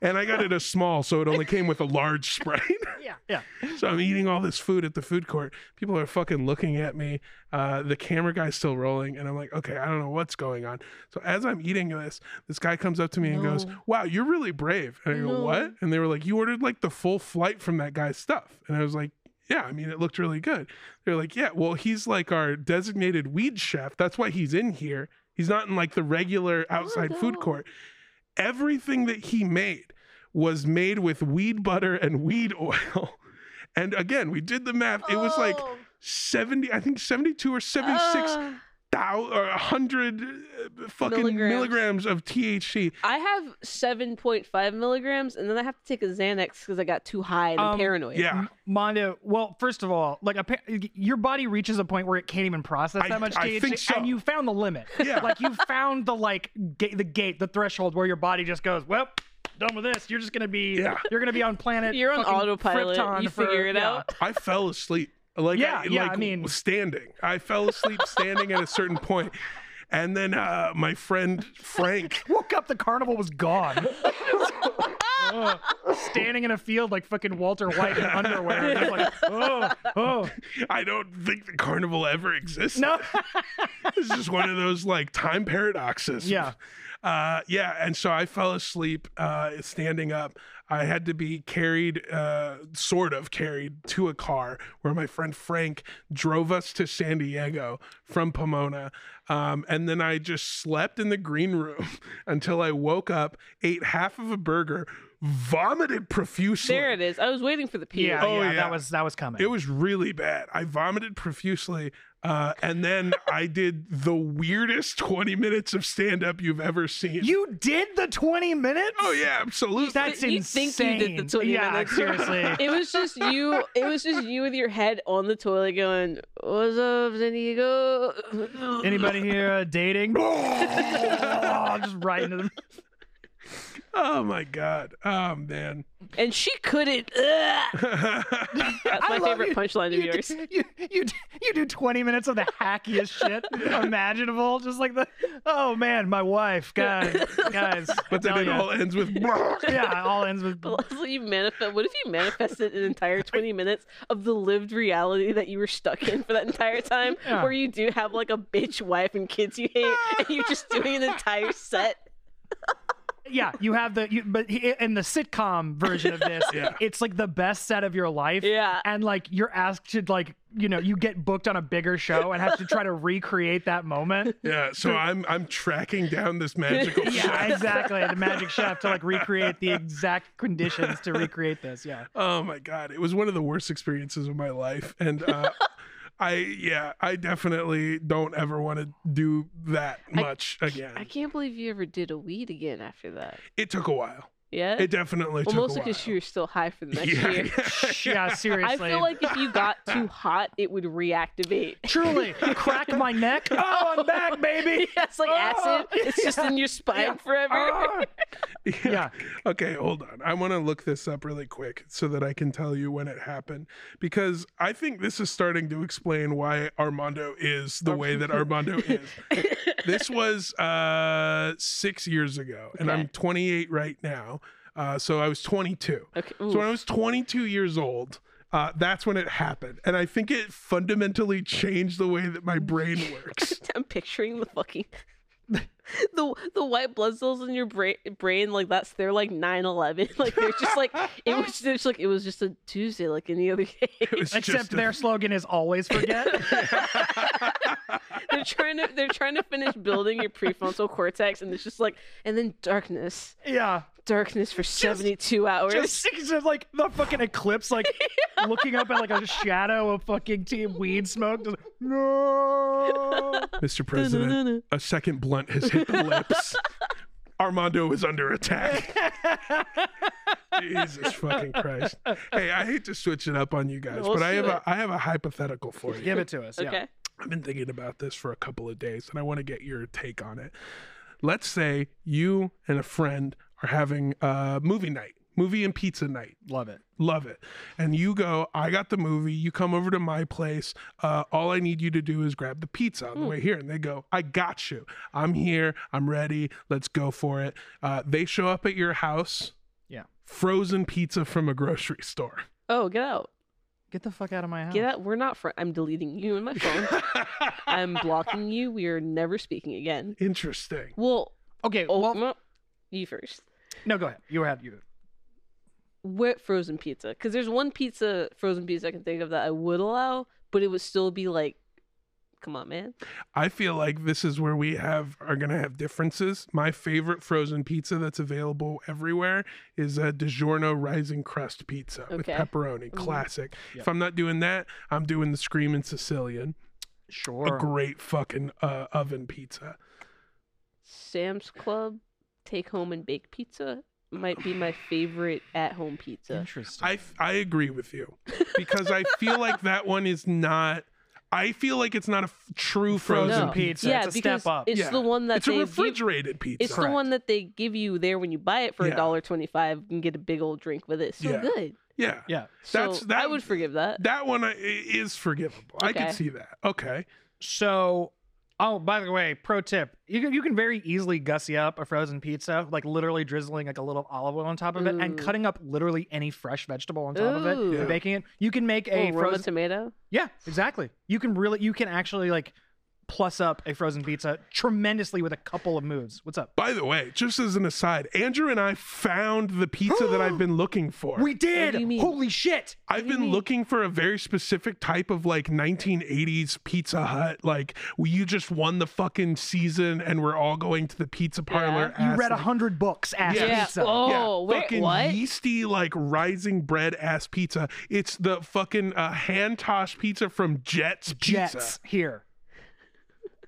S2: and I got it a small, so it only came with a large Sprite.
S3: yeah, yeah.
S2: so I'm eating all this food at the food court. People are fucking looking at me. Uh, the camera guy's still rolling, and I'm like, okay, I don't know what's going on. So as I'm eating this, this guy comes up to me and goes,
S4: No.
S2: "Wow, you're really brave." And I go,
S4: No.
S2: "What?" And they were like, "You ordered like the full flight from that guy's stuff." And I was like. Yeah, I mean, it looked really good. They're like, yeah, well, he's like our designated weed chef. That's why he's in here. He's not in like the regular
S4: Oh
S2: outside food
S4: no.
S2: court. Everything that he made was made with weed butter and weed oil. And again, we did the math. It was like 70, I think 72 or 76
S4: Oh. Ah.
S2: thou- or 100 uh, fucking
S4: Milligrams.
S2: milligrams of THC.
S4: I have 7.5 milligrams, and then I have to take a Xanax because I got too high and I'm
S3: Um,
S4: paranoid.
S2: Yeah.
S3: Mondo, well, first of all, like appa- your body reaches a point where it can't even process
S2: I-
S3: that much
S2: I
S3: THC,
S2: think so.
S3: and you found the limit.
S2: Yeah.
S3: like you found the like ga- the gate, the threshold where your body just goes, well, done with this. You're just gonna be,
S2: Yeah.
S3: you're gonna be on planet.
S4: You're on
S3: fucking
S4: autopilot.
S3: Krypton
S4: You
S3: for-
S4: figure it
S3: yeah.
S4: out.
S2: I fell asleep. Like
S3: Yeah,
S2: I,
S3: yeah,
S2: like
S3: I mean-
S2: standing. I fell asleep standing at a certain point. And then uh, my friend Frank,
S3: Woke up, the carnival was gone. Ugh. standing in a field like fucking Walter White in underwear. Just like, oh, oh,
S2: I don't think the carnival ever existed.
S3: no.
S2: It's just one of those like time paradoxes.
S3: Yeah.
S2: Uh, yeah, and so I fell asleep uh, standing up. I had to be carried, uh, sort of carried, to a car where my friend Frank drove us to San Diego from Pomona. Um, and then I just slept in the green room until I woke up, ate half of a burger, vomited profusely.
S4: There it is. I was waiting for the pee.
S3: Yeah,
S2: Oh,
S3: yeah,
S2: yeah.
S3: that was that was coming.
S2: It was really bad. I vomited profusely. Uh, and then I did the weirdest 20 minutes of stand up you've ever seen.
S3: you did the 20 minutes?
S2: oh, yeah, absolutely.
S3: That's
S4: You
S3: insane.
S4: think you did the 20
S3: yeah,
S4: minutes.
S3: seriously.
S4: It was just you. It was just you with your head on the toilet, going, "What's up, San Diego?"
S3: Anybody here uh, dating? oh, just right into the
S2: oh, my God. Oh, man.
S4: And she couldn't. Ugh. That's
S3: I
S4: my
S3: love
S4: favorite
S3: you.
S4: punchline of
S3: you,
S4: yours.
S3: do- you, you, do- you do 20 minutes of the hackiest shit imaginable. Just like the, oh man, my wife, guys, guys.
S2: but then
S3: hell
S2: it
S3: yeah.
S2: all ends with.
S3: yeah, it all ends with.
S4: Leslie, you manifest. What if you manifested an entire 20 minutes of the lived reality that you were stuck in for that entire time,
S3: Yeah.
S4: where you do have like a bitch wife and kids you hate, and you're just doing an entire set?
S3: Yeah, you have the you, but he- in the sitcom version of this,
S2: Yeah.
S3: it's like the best set of your life.
S4: Yeah.
S3: and like you're asked to like you know you get booked on a bigger show and have to try to recreate that moment.
S2: Yeah, so I'm I'm tracking down this magical
S3: Yeah,
S2: shit.
S3: exactly. The Magic Chef to like recreate the exact conditions to recreate this. Yeah.
S2: Oh my god, it was one of the worst experiences of my life, and uh, I yeah, I definitely don't ever want to do that much again.
S4: I can't believe you ever did a weed again after that.
S2: it took a while.
S4: Yeah.
S2: It definitely
S4: well,
S2: took
S4: mostly
S2: a while.
S4: because you were still high for the next year.
S3: Yeah,
S4: I
S3: seriously.
S4: feel like if you got too hot, it would reactivate.
S3: truly crack my neck. Oh, I'm back, baby.
S4: Yeah, it's like
S3: Oh,
S4: acid. It's just in your spine forever.
S2: Oh.
S3: Ah. Yeah.
S2: Okay, hold on. I want to look this up really quick so that I can tell you when it happened because I think this is starting to explain why Armando is the way that Armando is. this was uh 6 years ago and I'm
S4: Okay.
S2: 28 right now. Uh so I was 22.
S3: Oh,
S4: Okay.
S2: So when
S4: ooh.
S2: I was 22 years old, uh, that's when it happened. And I think it fundamentally changed the way that my brain works.
S4: I'm picturing the fucking the the white blood cells in your brain brain like that's they're like 9-11 like they're just like it was just like it was just a Tuesday like any other day.
S2: It was
S3: Except
S2: just a-
S3: their slogan is always forget.
S4: they're trying to they're trying to finish building your prefrontal cortex and it's just like and then darkness
S3: yeah.
S4: darkness for 72 hours.
S3: Just, it's just like the fucking eclipse, like looking up at like a shadow of fucking tea weed smoke. Just, no.
S2: Mr. President, a second blunt has hit the lips. Armando is under attack. Jesus fucking Christ. Hey, I hate to switch it up on you guys,
S4: Let's
S2: but I
S4: do
S2: have
S4: it.
S2: a I have a hypothetical for you.
S3: Give it to us. Yeah.
S4: okay.
S2: I've been thinking about this for a couple of days and I want to get your take on it. Let's say you and a friend are having a movie night, movie and pizza night.
S3: Love it.
S2: Love it. And you go, I got the movie. You come over to my place. Uh, all I need you to do is grab the pizza on the way here. And they go, I got you. I'm here. I'm ready. Let's go for it. Uh, they show up at your house.
S3: Yeah.
S2: Frozen pizza from a grocery store.
S4: Oh, get out.
S3: Get the fuck out of my house.
S4: Get out. We're not friends. I'm deleting you in my phone. I'm blocking you. We are never speaking again.
S2: Interesting.
S4: Well,
S3: Okay.
S4: oh,
S3: well,
S4: well, you first.
S3: no, go ahead. You had you.
S4: What frozen pizza? Because there's one pizza, frozen pizza I can think of that I would allow, but it would still be like, come on, man.
S2: I feel like this is where we have are gonna have differences. My favorite frozen pizza that's available everywhere is a DiGiorno rising crust pizza with
S4: Okay. Mm-hmm.
S2: pepperoni, classic.
S3: Yep.
S2: If I'm not doing that, I'm doing the screaming Sicilian, a
S3: Sure.
S2: great fucking uh, oven pizza.
S4: Sam's Club take home and bake pizza might be my favorite at home pizza.
S3: Interesting.
S2: I f- I agree with you because I feel like that one is not. I feel like it's not a f- true frozen
S3: Frozen
S4: No.
S2: pizza.
S3: pizza.
S4: yeah,
S3: it's a
S4: because
S3: step up.
S4: it's
S2: Yeah.
S4: the one that
S2: It's a
S4: they give-
S2: refrigerated pizza.
S4: It's the one that they give you there when you buy it for a
S2: Yeah.
S4: dollar twenty-five and get a big old drink with it. So
S2: Yeah.
S4: good.
S2: yeah.
S3: yeah.
S4: So
S2: That's- that-
S4: I would forgive that.
S2: That one uh, I- i- is forgivable. I
S4: Okay.
S2: can see that. Okay.
S3: So, oh, by the way, pro tip: you can, you can very easily gussy up a frozen pizza, like literally drizzling like a little olive oil on top of it, and
S4: Ooh.
S3: cutting up literally any fresh vegetable on top of it
S4: Ooh.
S2: Yeah.
S3: and baking it. You can make
S4: Oh,
S3: a
S4: Roma
S3: frozen.
S4: tomato.
S3: yeah, exactly. You can really, you can actually like plus up a frozen pizza tremendously with a couple of moves. What's up?
S2: By the way, just as an aside, Andrew and I found the pizza that I've been looking for.
S3: We did!
S4: do you mean?
S3: Holy shit!
S2: I've been looking for a very specific type of like 1980s Pizza Hut. Like, we, you just won the fucking season and we're all going to the pizza parlor.
S3: You
S2: ass
S3: read a
S2: like-
S3: hundred books ass
S2: Yeah.
S3: pizza.
S2: Yeah,
S4: Oh, wait,
S2: fucking
S4: what?
S2: yeasty like rising bread ass pizza. It's the fucking uh, hand tossed pizza from Jets Pizza.
S3: Jets here.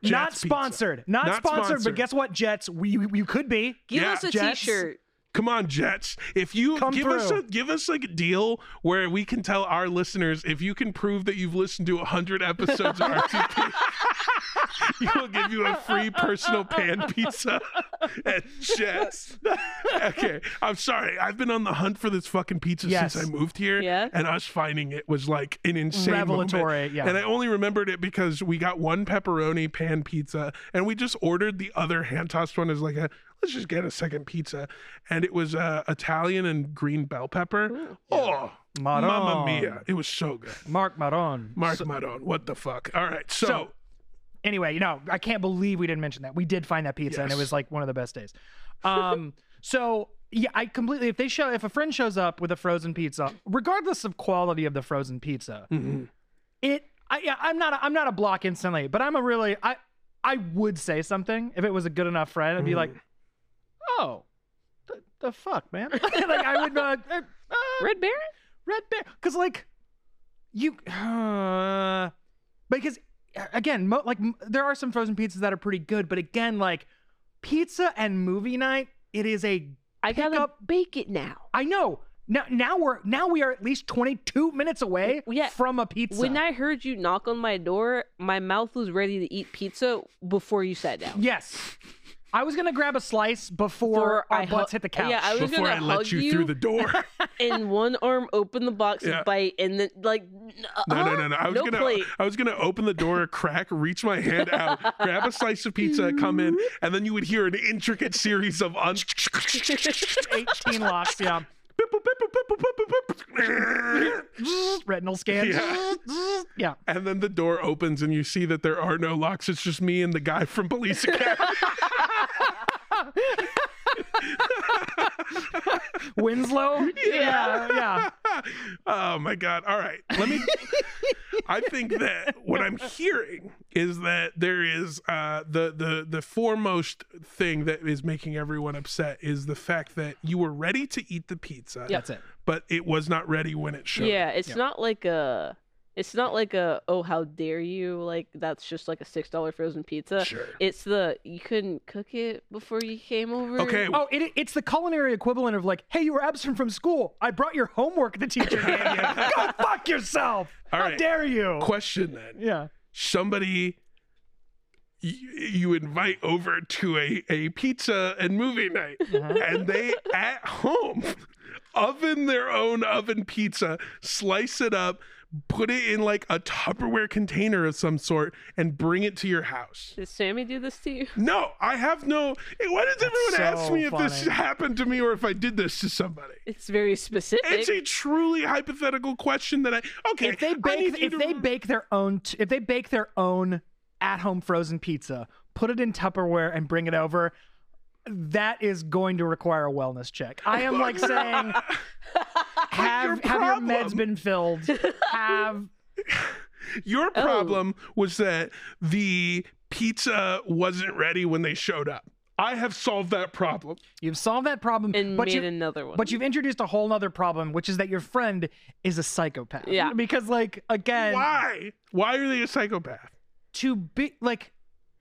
S2: Jets
S3: not
S2: Pizza.
S3: sponsored. Not,
S2: Not
S3: sponsored,
S2: sponsored.
S3: but guess what, Jets? We we- you could be.
S4: Give
S2: Yeah.
S4: us a
S3: Jets.
S4: shirt
S2: Come on, Jets! If you
S3: Come
S2: give us
S3: through.
S2: a give us like a deal where we can tell our listeners if you can prove that you've listened to hundred episodes of RTP, we'll give you a free personal pan pizza at Jets. okay, I'm sorry. I've been on the hunt for this fucking pizza
S3: Yes.
S2: since I moved here,
S4: Yeah.
S2: and us finding it was like an insane moment.
S3: Revelatory, yeah.
S2: And I only remembered it because we got one pepperoni pan pizza and we just ordered the other hand tossed one as like a let's just get a second pizza. And it was uh, Italian and green bell pepper. Oh,
S3: Maron.
S2: mamma mia. It was so good.
S3: Mark Maron.
S2: Mark Maron, what the fuck? All right. So,
S3: So- anyway, you know, I can't believe we didn't mention that. We did find that pizza, and it
S2: Yes.
S3: was like one of the best days. Um, so yeah, I completely. If they show, if a friend shows up with a frozen pizza, regardless of quality of the frozen pizza,
S2: mhm.
S3: it. I, yeah, I'm not. A, I'm not a block instantly, but I'm a really. I I would say something if it was a good enough friend.
S2: Mm-hmm.
S3: I'd be like, oh, the, the fuck, man. like I would. Uh, uh, uh,
S4: Red Baron?
S3: Red Bear, because like you, uh, because again, mo- like m- there are some frozen pizzas that are pretty good, but again, like pizza and movie night, it is a.
S4: I gotta
S3: up-
S4: bake it now.
S3: I know now. Now we're now we are at least twenty two minutes away
S4: Yeah.
S3: from a pizza.
S4: When I heard you knock on my door, my mouth was ready to eat pizza before you sat down.
S3: yes, I was gonna grab a slice before,
S4: Before
S3: our
S4: I hu-
S3: butts hit the couch.
S4: Yeah, I was
S2: before
S4: gonna
S2: I let
S4: hug
S2: you, through the door.
S4: in one arm, open the box
S2: Yeah.
S4: and bite, and then like
S2: No, no, no, no. I was gonna
S4: plate.
S2: I was gonna open the door a crack, reach my hand out, grab a slice of pizza, come in, and then you would hear an intricate series of un-
S3: Eighteen locks. Yeah, retinal scans.
S2: Yeah.
S3: yeah.
S2: And then the door opens and you see that there are no locks. It's just me and the guy from Police Academy.
S3: Winslow.
S4: Yeah.
S3: yeah.
S2: oh my god. All right. Let me I think that what I'm hearing is that there is uh the the the foremost thing that is making everyone upset is the fact that you were ready to eat the pizza.
S3: That's it.
S2: But it was not ready when it showed.
S4: yeah, it's
S3: Yeah.
S4: not like a, it's not like a oh how dare you like that's just like a six dollar frozen pizza.
S2: Sure.
S4: It's the you couldn't cook it before you came over.
S2: Okay.
S3: Oh, it, it's the culinary equivalent of like, hey, you were absent from school. I brought your homework the teacher gave you. Go fuck yourself.
S2: All
S3: How
S2: right.
S3: dare you?
S2: Question then.
S3: yeah.
S2: somebody y- you invite over to a, a pizza and movie night
S3: Uh-huh.
S2: and they at home oven their own oven pizza slice it up put it in like a tupperware container of some sort and bring it to your house
S4: Did Sammy do this to you?
S2: no i have no eh, why does everyone ask
S3: so
S2: me if this
S3: funny.
S2: happened to me or if i did this to somebody
S4: It's very specific.
S2: it's a truly hypothetical question that i okay
S3: If they
S2: I
S3: bake,
S2: need you
S3: if
S2: to
S3: they bake their own, t- if they bake their own at-home frozen pizza, put it in Tupperware and bring it over. That is going to require a wellness check. I am like saying, have
S2: your
S3: have your
S2: problem.
S3: meds been filled? Have
S2: Your
S3: Oh.
S2: problem was that the pizza wasn't ready when they showed up. I have solved that problem.
S3: you've solved that problem?
S4: and
S3: but
S4: made
S3: you,
S4: another one.
S3: But you've introduced a whole nother problem, which is that your friend is a psychopath.
S4: Yeah.
S3: Because like again,
S2: Why? Why are they a psychopath?
S3: to be like,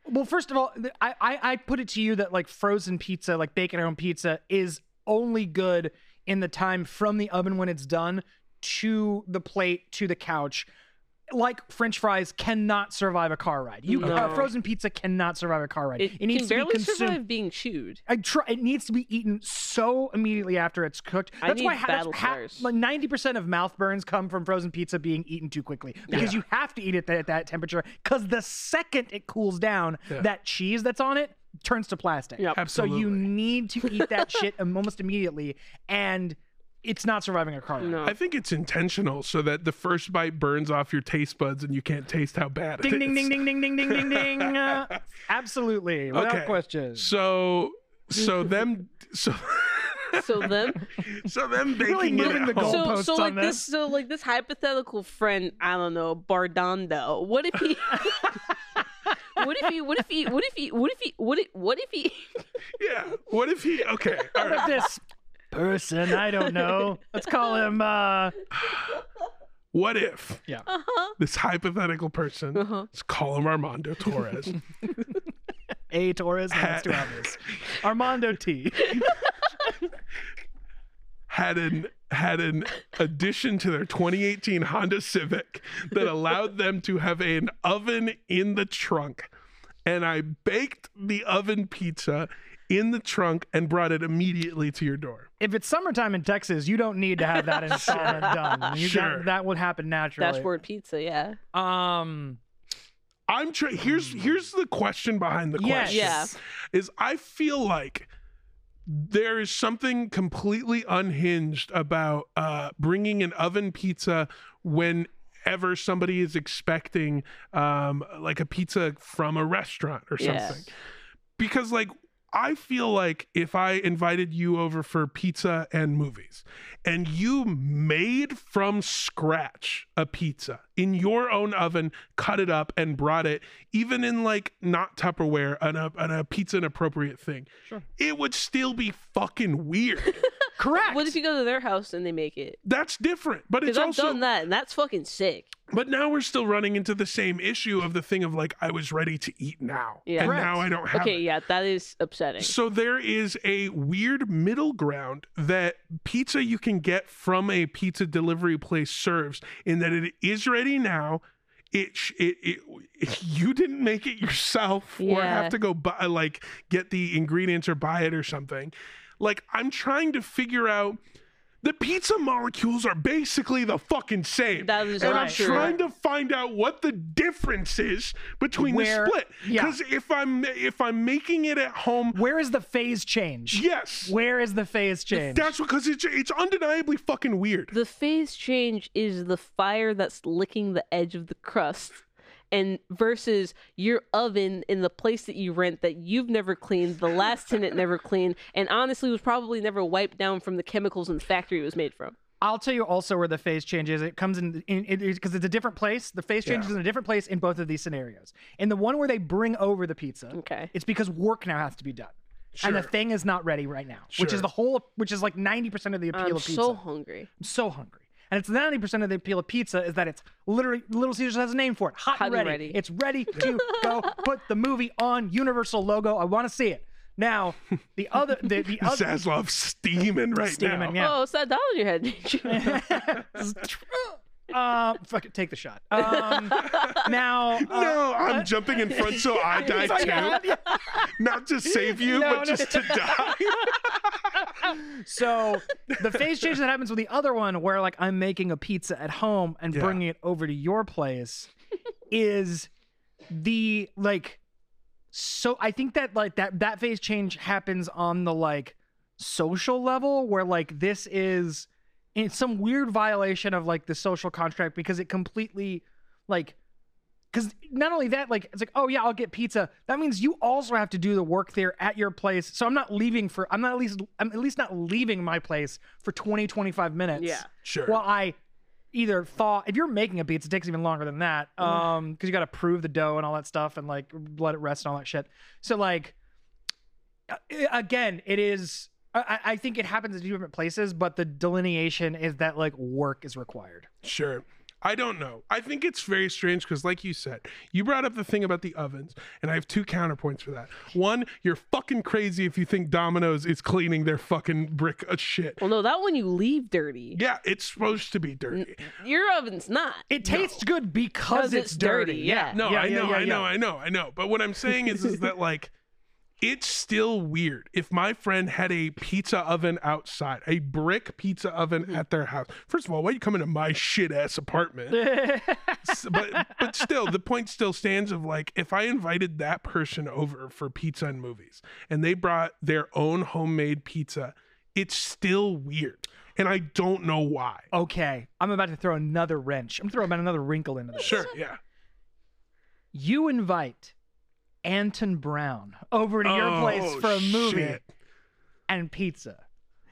S3: well, first of all, th- I, I I put it to you that like frozen pizza, like bacon at home pizza, is only good in the time from the oven when it's done to the plate to the couch. Like French fries cannot survive a car ride. You uh,
S4: No.
S3: frozen pizza cannot survive a car ride.
S4: it,
S3: It, needs
S4: can
S3: to be
S4: barely
S3: consumed.
S4: survive being chewed.
S3: I try. It needs to be eaten so immediately after it's cooked.
S4: I
S3: That's
S4: need
S3: why ha-
S4: battle
S3: that's ha-
S4: scars.
S3: like ninety percent of mouth burns come from frozen pizza being eaten too quickly because you have to eat it at that temperature. Because the second it cools down, that cheese that's on it turns to plastic.
S4: Yep.
S3: So you
S2: Absolutely.
S3: need to eat that shit um, almost immediately. And it's not surviving a carnival.
S4: No.
S2: I think it's intentional so that the first bite burns off your taste buds and you can't taste how bad it
S3: Ding ding
S2: is.
S3: ding ding ding ding ding ding ding. Uh, Absolutely, without
S2: Okay.
S3: question.
S2: So so them so
S4: So them.
S2: so them baking
S3: Really
S2: it
S3: moving the
S2: at home.
S4: so
S3: Goalposts
S4: so
S3: on
S4: like this.
S3: this.
S4: so like this hypothetical friend i don't know bardondo what if he what if he what if he what if he what if he what if, what if he
S2: yeah. What if he okay, all
S3: What if
S2: right.
S3: this person, I don't know. Let's call him. Uh,
S2: What if
S4: uh-huh
S2: this hypothetical person
S4: uh-huh
S2: let's call him Armando Torres
S3: A Torres, no, that's too
S2: Had-
S3: obvious. Armando T.
S2: had an had an addition to their 2018 Honda Civic that allowed them to have an oven in the trunk. And I baked the oven pizza in the trunk and brought it immediately to your door.
S3: If it's summertime in Texas, you don't need to have that installment done. You
S2: Sure.
S3: got, that would happen naturally.
S4: dashboard pizza yeah
S3: Um.
S2: I'm tra- here's here's the question behind the
S3: Yes.
S2: question
S4: Yeah.
S2: is I feel like there is something completely unhinged about uh, bringing an oven pizza whenever somebody is expecting um, like a pizza from a restaurant or something.
S4: Yeah.
S2: Because like I feel like if I invited you over for pizza and movies and you made from scratch a pizza in your own oven, cut it up and brought it, even in like not Tupperware, on a, on a pizza inappropriate thing,
S3: Sure.
S2: it would still be fucking weird.
S3: Correct.
S4: what if you go to their house and they make it
S2: That's different, but
S4: because
S2: it's
S4: i've
S2: also
S4: done that and that's fucking sick
S2: But now we're still running into the same issue of the thing of like I was ready to eat now,
S4: Yeah.
S2: and
S3: Correct.
S2: now I don't have.
S4: okay
S2: it.
S4: yeah that is upsetting
S2: So there is a weird middle ground that pizza you can get from a pizza delivery place serves in that it is ready now. It, sh- it, it you didn't make it yourself or
S4: Yeah.
S2: have to go buy like get the ingredients or buy it or something. Like I'm trying to figure out the pizza molecules are basically the fucking same.
S4: that is
S2: And
S4: not
S2: I'm
S4: true
S2: trying to find out what the difference is between
S3: Where-
S2: the split.
S3: yeah.
S2: Because if I'm if I'm making it at home,
S3: Where is the phase change?
S2: yes,
S3: Where is the phase change?
S2: that's because it's it's undeniably fucking weird.
S4: The phase change is the fire that's licking the edge of the crust and versus your oven in the place that you rent that you've never cleaned, the last tenant never cleaned, and honestly was probably never wiped down from the chemicals in the factory it was made from.
S3: I'll tell you also where the phase change is. It comes in because in, it- 'cause it's a different place. The phase change
S2: Yeah.
S3: is in a different place in both of these scenarios. In the one where they bring over the pizza,
S4: Okay.
S3: it's because work now has to be done, and the
S2: Sure.
S3: thing is not ready right now, which is
S2: Sure.
S3: the whole, which is like ninety percent of the appeal
S4: I'm
S3: of pizza.
S4: so hungry.
S3: I'm so hungry. And it's ninety percent of the appeal of pizza is that it's literally Little Caesars has a name for it, hot, and, ready. It's ready to go. Put the movie on Universal logo. I want to see it now. The other, the, the other,
S2: Zaslav steaming right now.
S3: Steaming, yeah.
S4: Oh, it's that dollar you had.
S3: uh, fuck it, take the shot. Um, now, uh,
S2: No, I'm jumping in front so I die too. Not to save you,
S3: No,
S2: but
S3: no.
S2: just to die.
S3: so the phase change that happens with the other one, where like I'm making a pizza at home and
S2: Yeah.
S3: bringing it over to your place, is the like. So I think that like that that phase change happens on the like social level, where like this is in some weird violation of like the social contract because it completely like because not only that, like it's like, oh yeah, I'll get pizza. That means you also have to do the work there at your place. So I'm not leaving for I'm not at least I'm at least not leaving my place for 20, 25 minutes.
S4: Yeah.
S2: Sure.
S3: Well, I either thaw if you're making a pizza, it takes even longer than that. Um, because you gotta prove the dough and all that stuff and like let it rest and all that shit. So like uh, again, it is I, I I think it happens in two different places, but the delineation is that like work is required.
S2: Sure. I don't know. I think it's very strange because, like you said, you brought up the thing about the ovens, and I have two counterpoints for that. One, you're fucking crazy if you think Domino's is cleaning their fucking brick of shit.
S4: well, no, that one you leave dirty.
S2: Yeah, it's supposed to be
S3: Mm.
S2: dirty.
S4: Your oven's not.
S3: It tastes good because
S4: 'Cause
S3: it's,
S4: it's dirty, yeah.
S2: No,
S3: Yeah,
S2: I
S3: yeah,
S2: know,
S3: yeah,
S2: I know,
S3: yeah.
S2: I know, I know. But what I'm saying is, is that like, it's still weird. If my friend had a pizza oven outside, a brick pizza oven
S3: Mm-hmm.
S2: at their house. First of all, why are you coming to my shit ass apartment? S- but but still, the point still stands of like if I invited that person over for pizza and movies, and they brought their own homemade pizza, it's still weird. and I don't know why.
S3: Okay, I'm about to throw another wrench. I'm throwing another wrinkle into this.
S2: Sure, yeah.
S3: You invite Anton Brown over to your place
S2: Oh,
S3: for a movie
S2: shit.
S3: and pizza.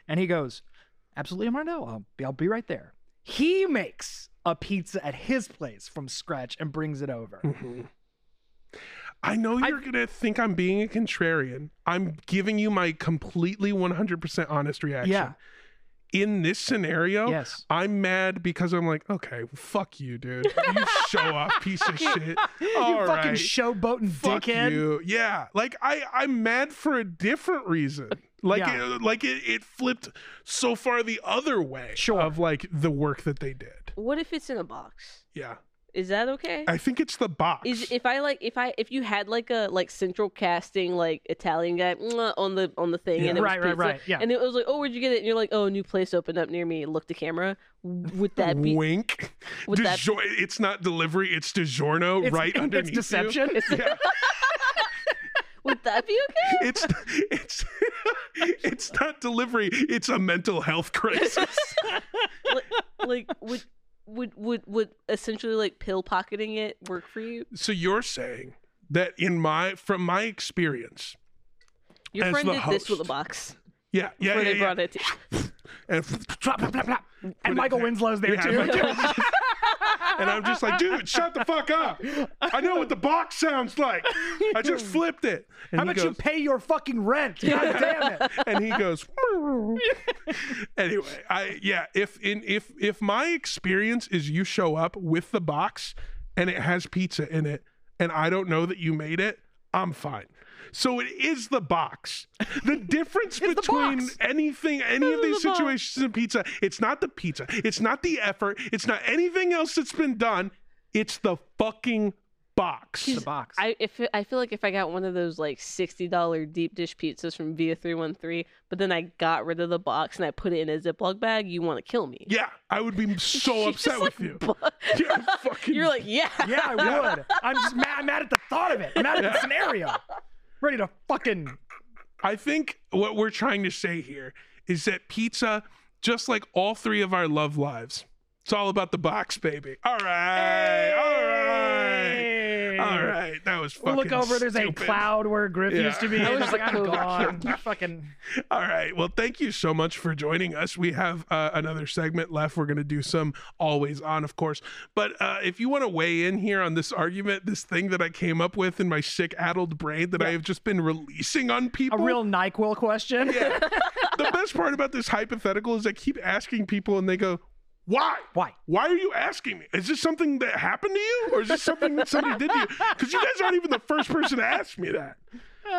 S3: And he goes, Absolutely, Armando. I'll be, I'll be right there. He makes a pizza at his place from scratch and brings it over.
S2: Mhm. I know you're gonna think I'm being a contrarian. I'm giving you my completely 100% honest reaction.
S3: yeah.
S2: In this scenario,
S3: Yes.
S2: I'm mad because I'm like, okay, fuck you, dude. You show off piece of shit.
S3: you
S2: All
S3: fucking
S2: right.
S3: showboating
S2: Fuck
S3: dickhead.
S2: you. Yeah. Like I, I'm mad for a different reason. Like,
S3: Yeah.
S2: it, like it, it flipped so far the other way
S3: Sure.
S2: of like the work that they did.
S4: What if it's in a box?
S2: Yeah.
S4: Is that okay?
S2: I think it's the box.
S4: Is if I like if I if you had like a like central casting like Italian guy mwah, on the on the thing
S2: Yeah.
S4: and it
S3: Right,
S4: was
S3: right,
S4: pizza,
S3: right, yeah.
S4: and it was like oh where'd you get it and you're like oh a new place opened up near me look the camera would that be
S2: wink.
S4: would that-
S2: DiGio- it's not delivery. It's DiGiorno
S3: It's,
S2: right underneath.
S3: it's
S2: you.
S3: deception.
S2: Yeah.
S4: would that be okay?
S2: It's it's it's not delivery. It's a mental health crisis.
S4: like would would would would essentially like pill pocketing it work for you?
S2: so you're saying that in my from my experience,
S4: Your
S2: As
S4: friend
S2: the
S4: did this with a
S2: host.
S4: box
S2: yeah, yeah,
S4: when
S2: yeah,
S4: they
S2: yeah.
S4: brought it. To you.
S2: and,
S3: Blah, blah, blah, blah.
S2: it
S3: And Michael
S2: there.
S3: Winslow's there
S2: Yeah,
S3: too.
S2: Michael- and I'm just like, dude, shut the fuck up. I know what the box sounds like. I just flipped it. And
S3: How
S2: he
S3: about you
S2: goes,
S3: pay your fucking rent? God damn it.
S2: and he goes "Meow." anyway i yeah if in if if my experience is you show up with the box and it has pizza in it and i don't know that you made it i'm fine so it is the box the difference between
S3: box.
S2: anything any of these
S4: the box.
S2: situations in pizza it's not the pizza it's not the effort it's not anything else that's been done it's the fucking box
S3: The box.
S4: I if it- I feel like if I got one of those like sixty dollar deep dish pizzas from Via Three One Three, but then I got rid of the box and I put it in a Ziploc bag, you want to kill me?
S2: yeah i would be so
S4: She's
S2: upset
S4: just
S2: with
S4: like,
S2: you
S4: "Bu-
S2: yeah, fucking
S4: You're like, yeah.
S3: yeah, I would. I'm just mad. I'm mad at the thought of it. I'm mad at the scenario. Ready to fucking.
S2: I think what we're trying to say here is that pizza, just like all three of our love lives, it's all about the box, baby. All right, all right, all right. That was
S3: We
S2: fucking.
S3: look over. There's
S2: stupid.
S3: a cloud where Griff
S2: Yeah.
S3: used to be.
S2: I
S3: I
S4: was
S3: was like,
S4: like,
S3: I'm
S4: oh.
S3: gone. You fucking.
S2: All right. Well, thank you so much for joining us. We have uh, another segment left. We're going to do some always on, of course. But uh, if you want to weigh in here on this argument, this thing that I came up with in my sick, addled brain that I have just been releasing on
S3: A
S2: people,
S3: real Nyquil question.
S2: Yeah. the best part about this hypothetical is I keep asking people and they go, why?
S3: Why?
S2: Why are you asking me? Is this something that happened to you or is this something that somebody did to you? Because you guys aren't even the first person to ask me that.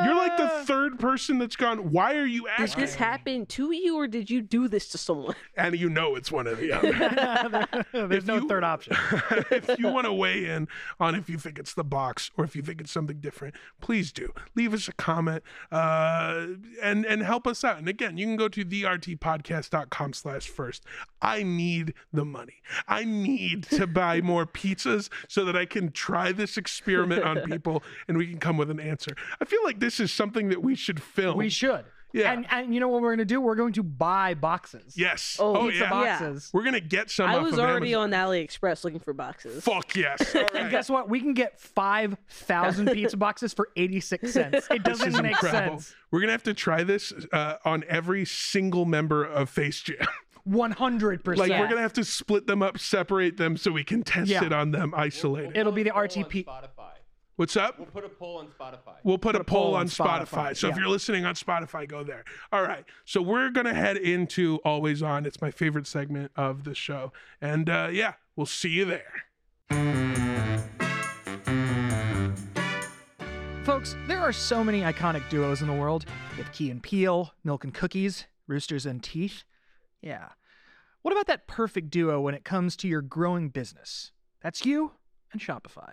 S2: You're like the third person that's gone, why are you
S4: Did
S2: asking?
S4: this happen to you, or did you do this to someone?
S2: And you know it's one or the other.
S3: There's no
S2: you-
S3: third option.
S2: if you want to weigh in on if you think it's the box or if you think it's something different, please do. Leave us a comment uh, and and help us out. And again, you can go to thertpodcast.com slash first. I need the money. I need to buy more pizzas so that I can try this experiment on people and we can come with an answer. I feel like this is something that we should film.
S3: We should.
S2: Yeah.
S3: And and you know what we're gonna do? We're going to buy boxes.
S2: yes.
S4: Oh,
S3: Pizza
S2: yeah.
S3: boxes.
S2: We're going to get some
S4: I
S2: off
S4: was
S2: of
S4: already
S2: Amazon.
S4: on AliExpress looking for boxes.
S2: Fuck yes. All right.
S3: And guess what? We can get 5,000 pizza boxes for 86 cents. It
S2: This is
S3: doesn't make
S2: incredible.
S3: sense.
S2: We're gonna have to try this uh, on every single member of Face Jam.
S3: 100%.
S2: like
S4: Yeah.
S2: we're gonna have to split them up, separate them, so we can test
S3: Yeah.
S2: it on them isolated.
S3: It'll be the
S1: Put a poll on
S3: RTP.
S1: Spotify.
S2: What's up?
S1: We'll put a poll on Spotify.
S2: We'll put, a poll,
S3: poll
S2: on
S3: on
S2: Spotify.
S3: Spotify,
S2: So if
S3: yeah.
S2: you're listening on Spotify, go there. All right. So we're gonna head into Always On. It's my favorite segment of the show, and uh, yeah, we'll see you there.
S3: Folks, there are so many iconic duos in the world. You have Key and Peele, Milk and Cookies, Roosters and Teeth. Yeah. What about that perfect duo when it comes to your growing business? That's you and Shopify.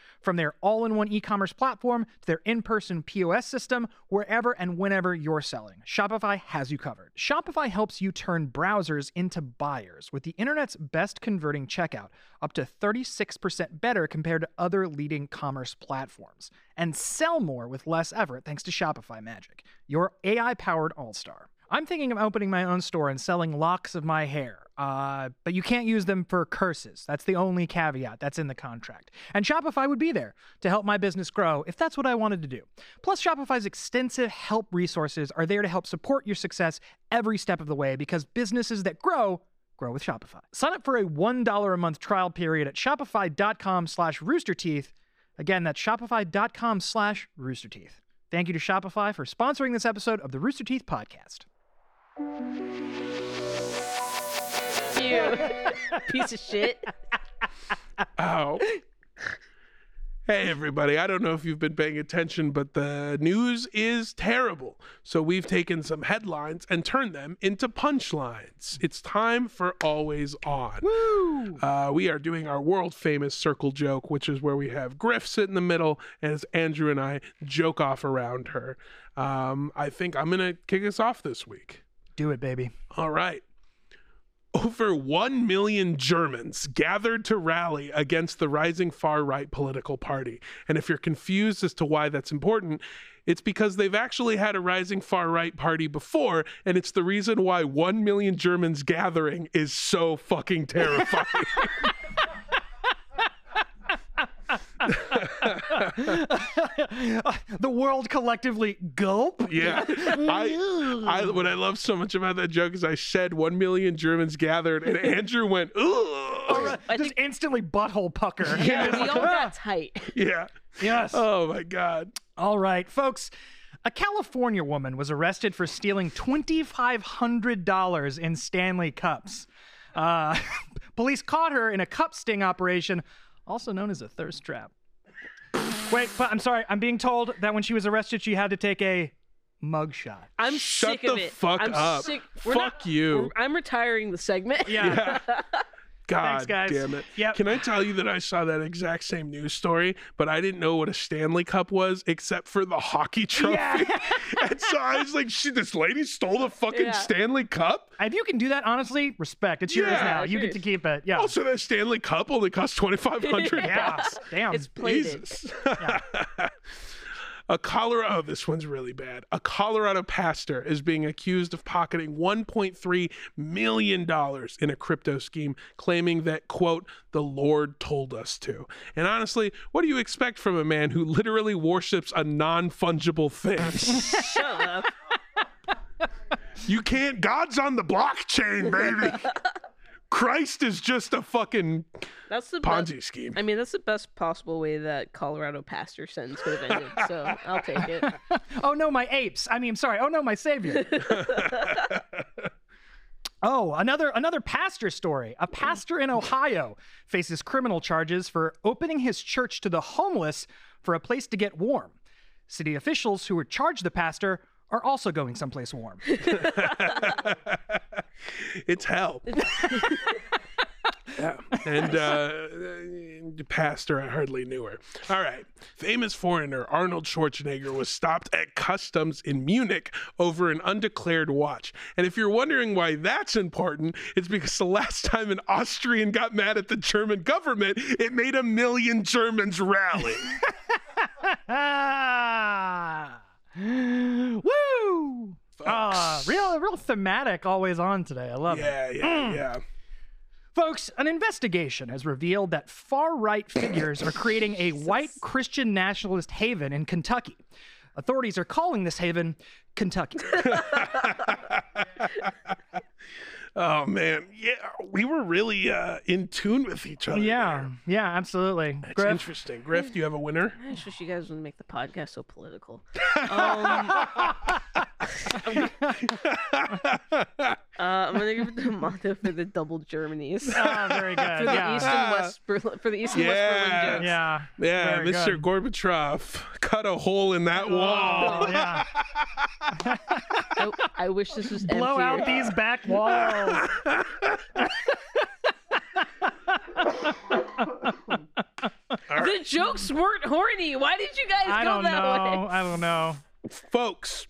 S3: From their all in one e commerce platform to their in person POS system, wherever and whenever you're selling, Shopify has you covered. Shopify helps you turn browsers into buyers with the internet's best converting checkout, up to 36% better compared to other leading commerce platforms. And sell more with less effort thanks to Shopify Magic, your AI powered all star. I'm thinking of opening my own store and selling locks of my hair, uh, but you can't use them for curses. That's the only caveat that's in the contract. And Shopify would be there to help my business grow if that's what I wanted to do. Plus, Shopify's extensive help resources are there to help support your success every step of the way because businesses that grow grow with Shopify. Sign up for a $1 a month trial period at shopify.com slash roosterteeth. Again, that's shopify.com slash roosterteeth. Thank you to Shopify for sponsoring this episode of the Rooster Teeth podcast.
S4: You piece of shit.
S2: Ow. Hey, everybody. I don't know if you've been paying attention, but the news is terrible. So we've taken some headlines and turned them into punchlines. It's time for Always On.
S3: Woo!
S2: Uh, we are doing our world famous circle joke, which is where we have Griff sit in the middle and it's Andrew and I joke off around her. Um, I think I'm going to kick us off this week.
S3: Do it, baby.
S2: All right. Over 1 million Germans gathered to rally against the rising far right political party. And if you're confused as to why that's important, it's because they've actually had a rising far right party before, and it's the reason why 1 million Germans gathering is so fucking terrifying.
S3: the world collectively gulp.
S2: Yeah. I, I what I love so much about that joke is I said one million Germans gathered and Andrew went, ooh.
S4: I
S3: Just
S4: think
S3: instantly butthole pucker.
S4: we all got tight.
S2: Yeah.
S3: Yes.
S4: Uh,
S2: Oh my God.
S3: All right, folks. A California woman was arrested for stealing $2,500 in Stanley cups. Uh, police caught her in a cup sting operation, also known as a thirst trap. Wait, but I'm sorry. I'm being told that when she was arrested, she had to take a mugshot.
S4: I'm
S2: Shut
S4: sick of
S2: the
S4: it.
S2: fuck
S4: I'm
S2: up.
S4: sick.
S2: Fuck you.
S4: we're- I'm retiring the segment.
S3: Yeah.
S2: God
S3: Thanks, guys.
S2: damn it.
S3: Yep.
S2: Can I tell you that I saw that exact same news story, but I didn't know what a Stanley Cup was except for the hockey trophy. and so I was like, shit, this lady stole the fucking
S4: Yeah.
S2: Stanley Cup?
S3: If you can do that, honestly, respect. It's yours
S2: Yeah,
S3: now. You get
S4: agreed.
S3: to keep it. Yeah.
S2: Also, that Stanley Cup only cost 2500
S3: yeah. Damn.
S4: Oh, It's plated.
S2: Jesus. A Colorado, oh, this one's really bad. A Colorado pastor is being accused of pocketing $1.3 million in a crypto scheme, claiming that, quote, the Lord told us to. And honestly, what do you expect from a man who literally worships a non fungible thing?
S4: Shut up.
S2: you can't, God's on the blockchain, baby. Christ is just a fucking
S4: That's the best.
S2: Ponzi scheme.
S4: I mean, that's the best possible way that Colorado pastor sentence could have ended. So I'll take it.
S3: Oh no, my apes. I mean, sorry. Oh no, my savior. oh, another another pastor story. A pastor in Ohio faces criminal charges for opening his church to the homeless for a place to get warm. City officials who were charged the pastor are also going someplace warm.
S2: it's hell. Yeah. And uh, the pastor, I hardly knew her. All right. Famous foreigner Arnold Schwarzenegger was stopped at customs in Munich over an undeclared watch. And if you're wondering why that's important, it's because the last time an Austrian got mad at the German government, it made a million Germans rally.
S3: Ah! Woo! Ah,
S2: Folks.
S3: real real thematic always on today. I love it.
S2: yeah,
S3: Mm.
S2: yeah, yeah.
S3: Folks, an investigation has revealed that far right figures are creating a white Christian nationalist haven in Kentucky. Authorities are calling this haven Kentucky.
S2: Oh, man. Yeah. We were really uh, in tune with each other. there.
S3: yeah, yeah, absolutely.
S2: It's
S3: Griff,
S2: interesting. Griff, do you have a winner?
S4: I just wish you guys wouldn't make the podcast so political. uh, Um, uh, I'm gonna give it to Mondo for the double Germanys.
S3: oh, very good.
S4: for the East
S3: Yeah,
S4: and West Berlin, for the East and West
S2: Yeah.
S4: Berlin jokes.
S3: yeah,
S2: Yeah,
S3: very
S2: Mr.
S3: good.
S2: Gorbachev cut a hole in that wall.
S3: Oh, yeah.
S4: I, I wish this was
S3: Blow
S4: emptier.
S3: out these back walls.
S2: All
S4: the jokes weren't horny. Why did you guys
S3: I
S4: go
S3: don't know.
S4: that way?
S3: I don't know.
S2: folks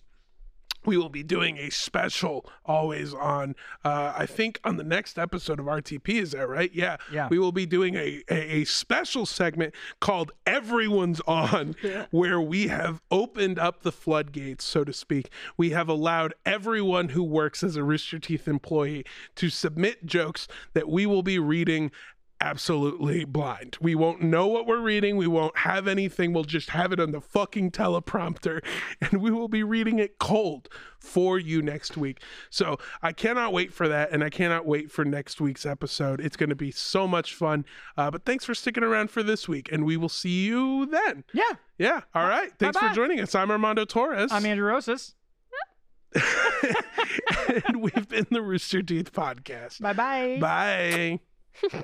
S2: we will be doing a special always on uh, i think on the next episode of rtp is that right yeah
S3: Yeah.
S2: we will be doing a, a, a special segment called everyone's on where we have opened up the floodgates so to speak we have allowed everyone who works as a rooster teeth employee to submit jokes that we will be reading absolutely blind. We won't know what we're reading. We won't have anything. We'll just have it on the fucking teleprompter and we will be reading it cold for you next week. So I cannot wait for that. And I cannot wait for next week's episode. It's going to be so much fun. Uh, but thanks for sticking around for this week and we will see you then.
S3: Yeah,
S2: Yeah. All right. Thanks
S3: Bye-bye.
S2: for joining us. I'm Armando Torres.
S3: I'm Andrew Rosas.
S2: and we've been the Rooster Teeth Podcast.
S3: Bye bye.
S2: Bye.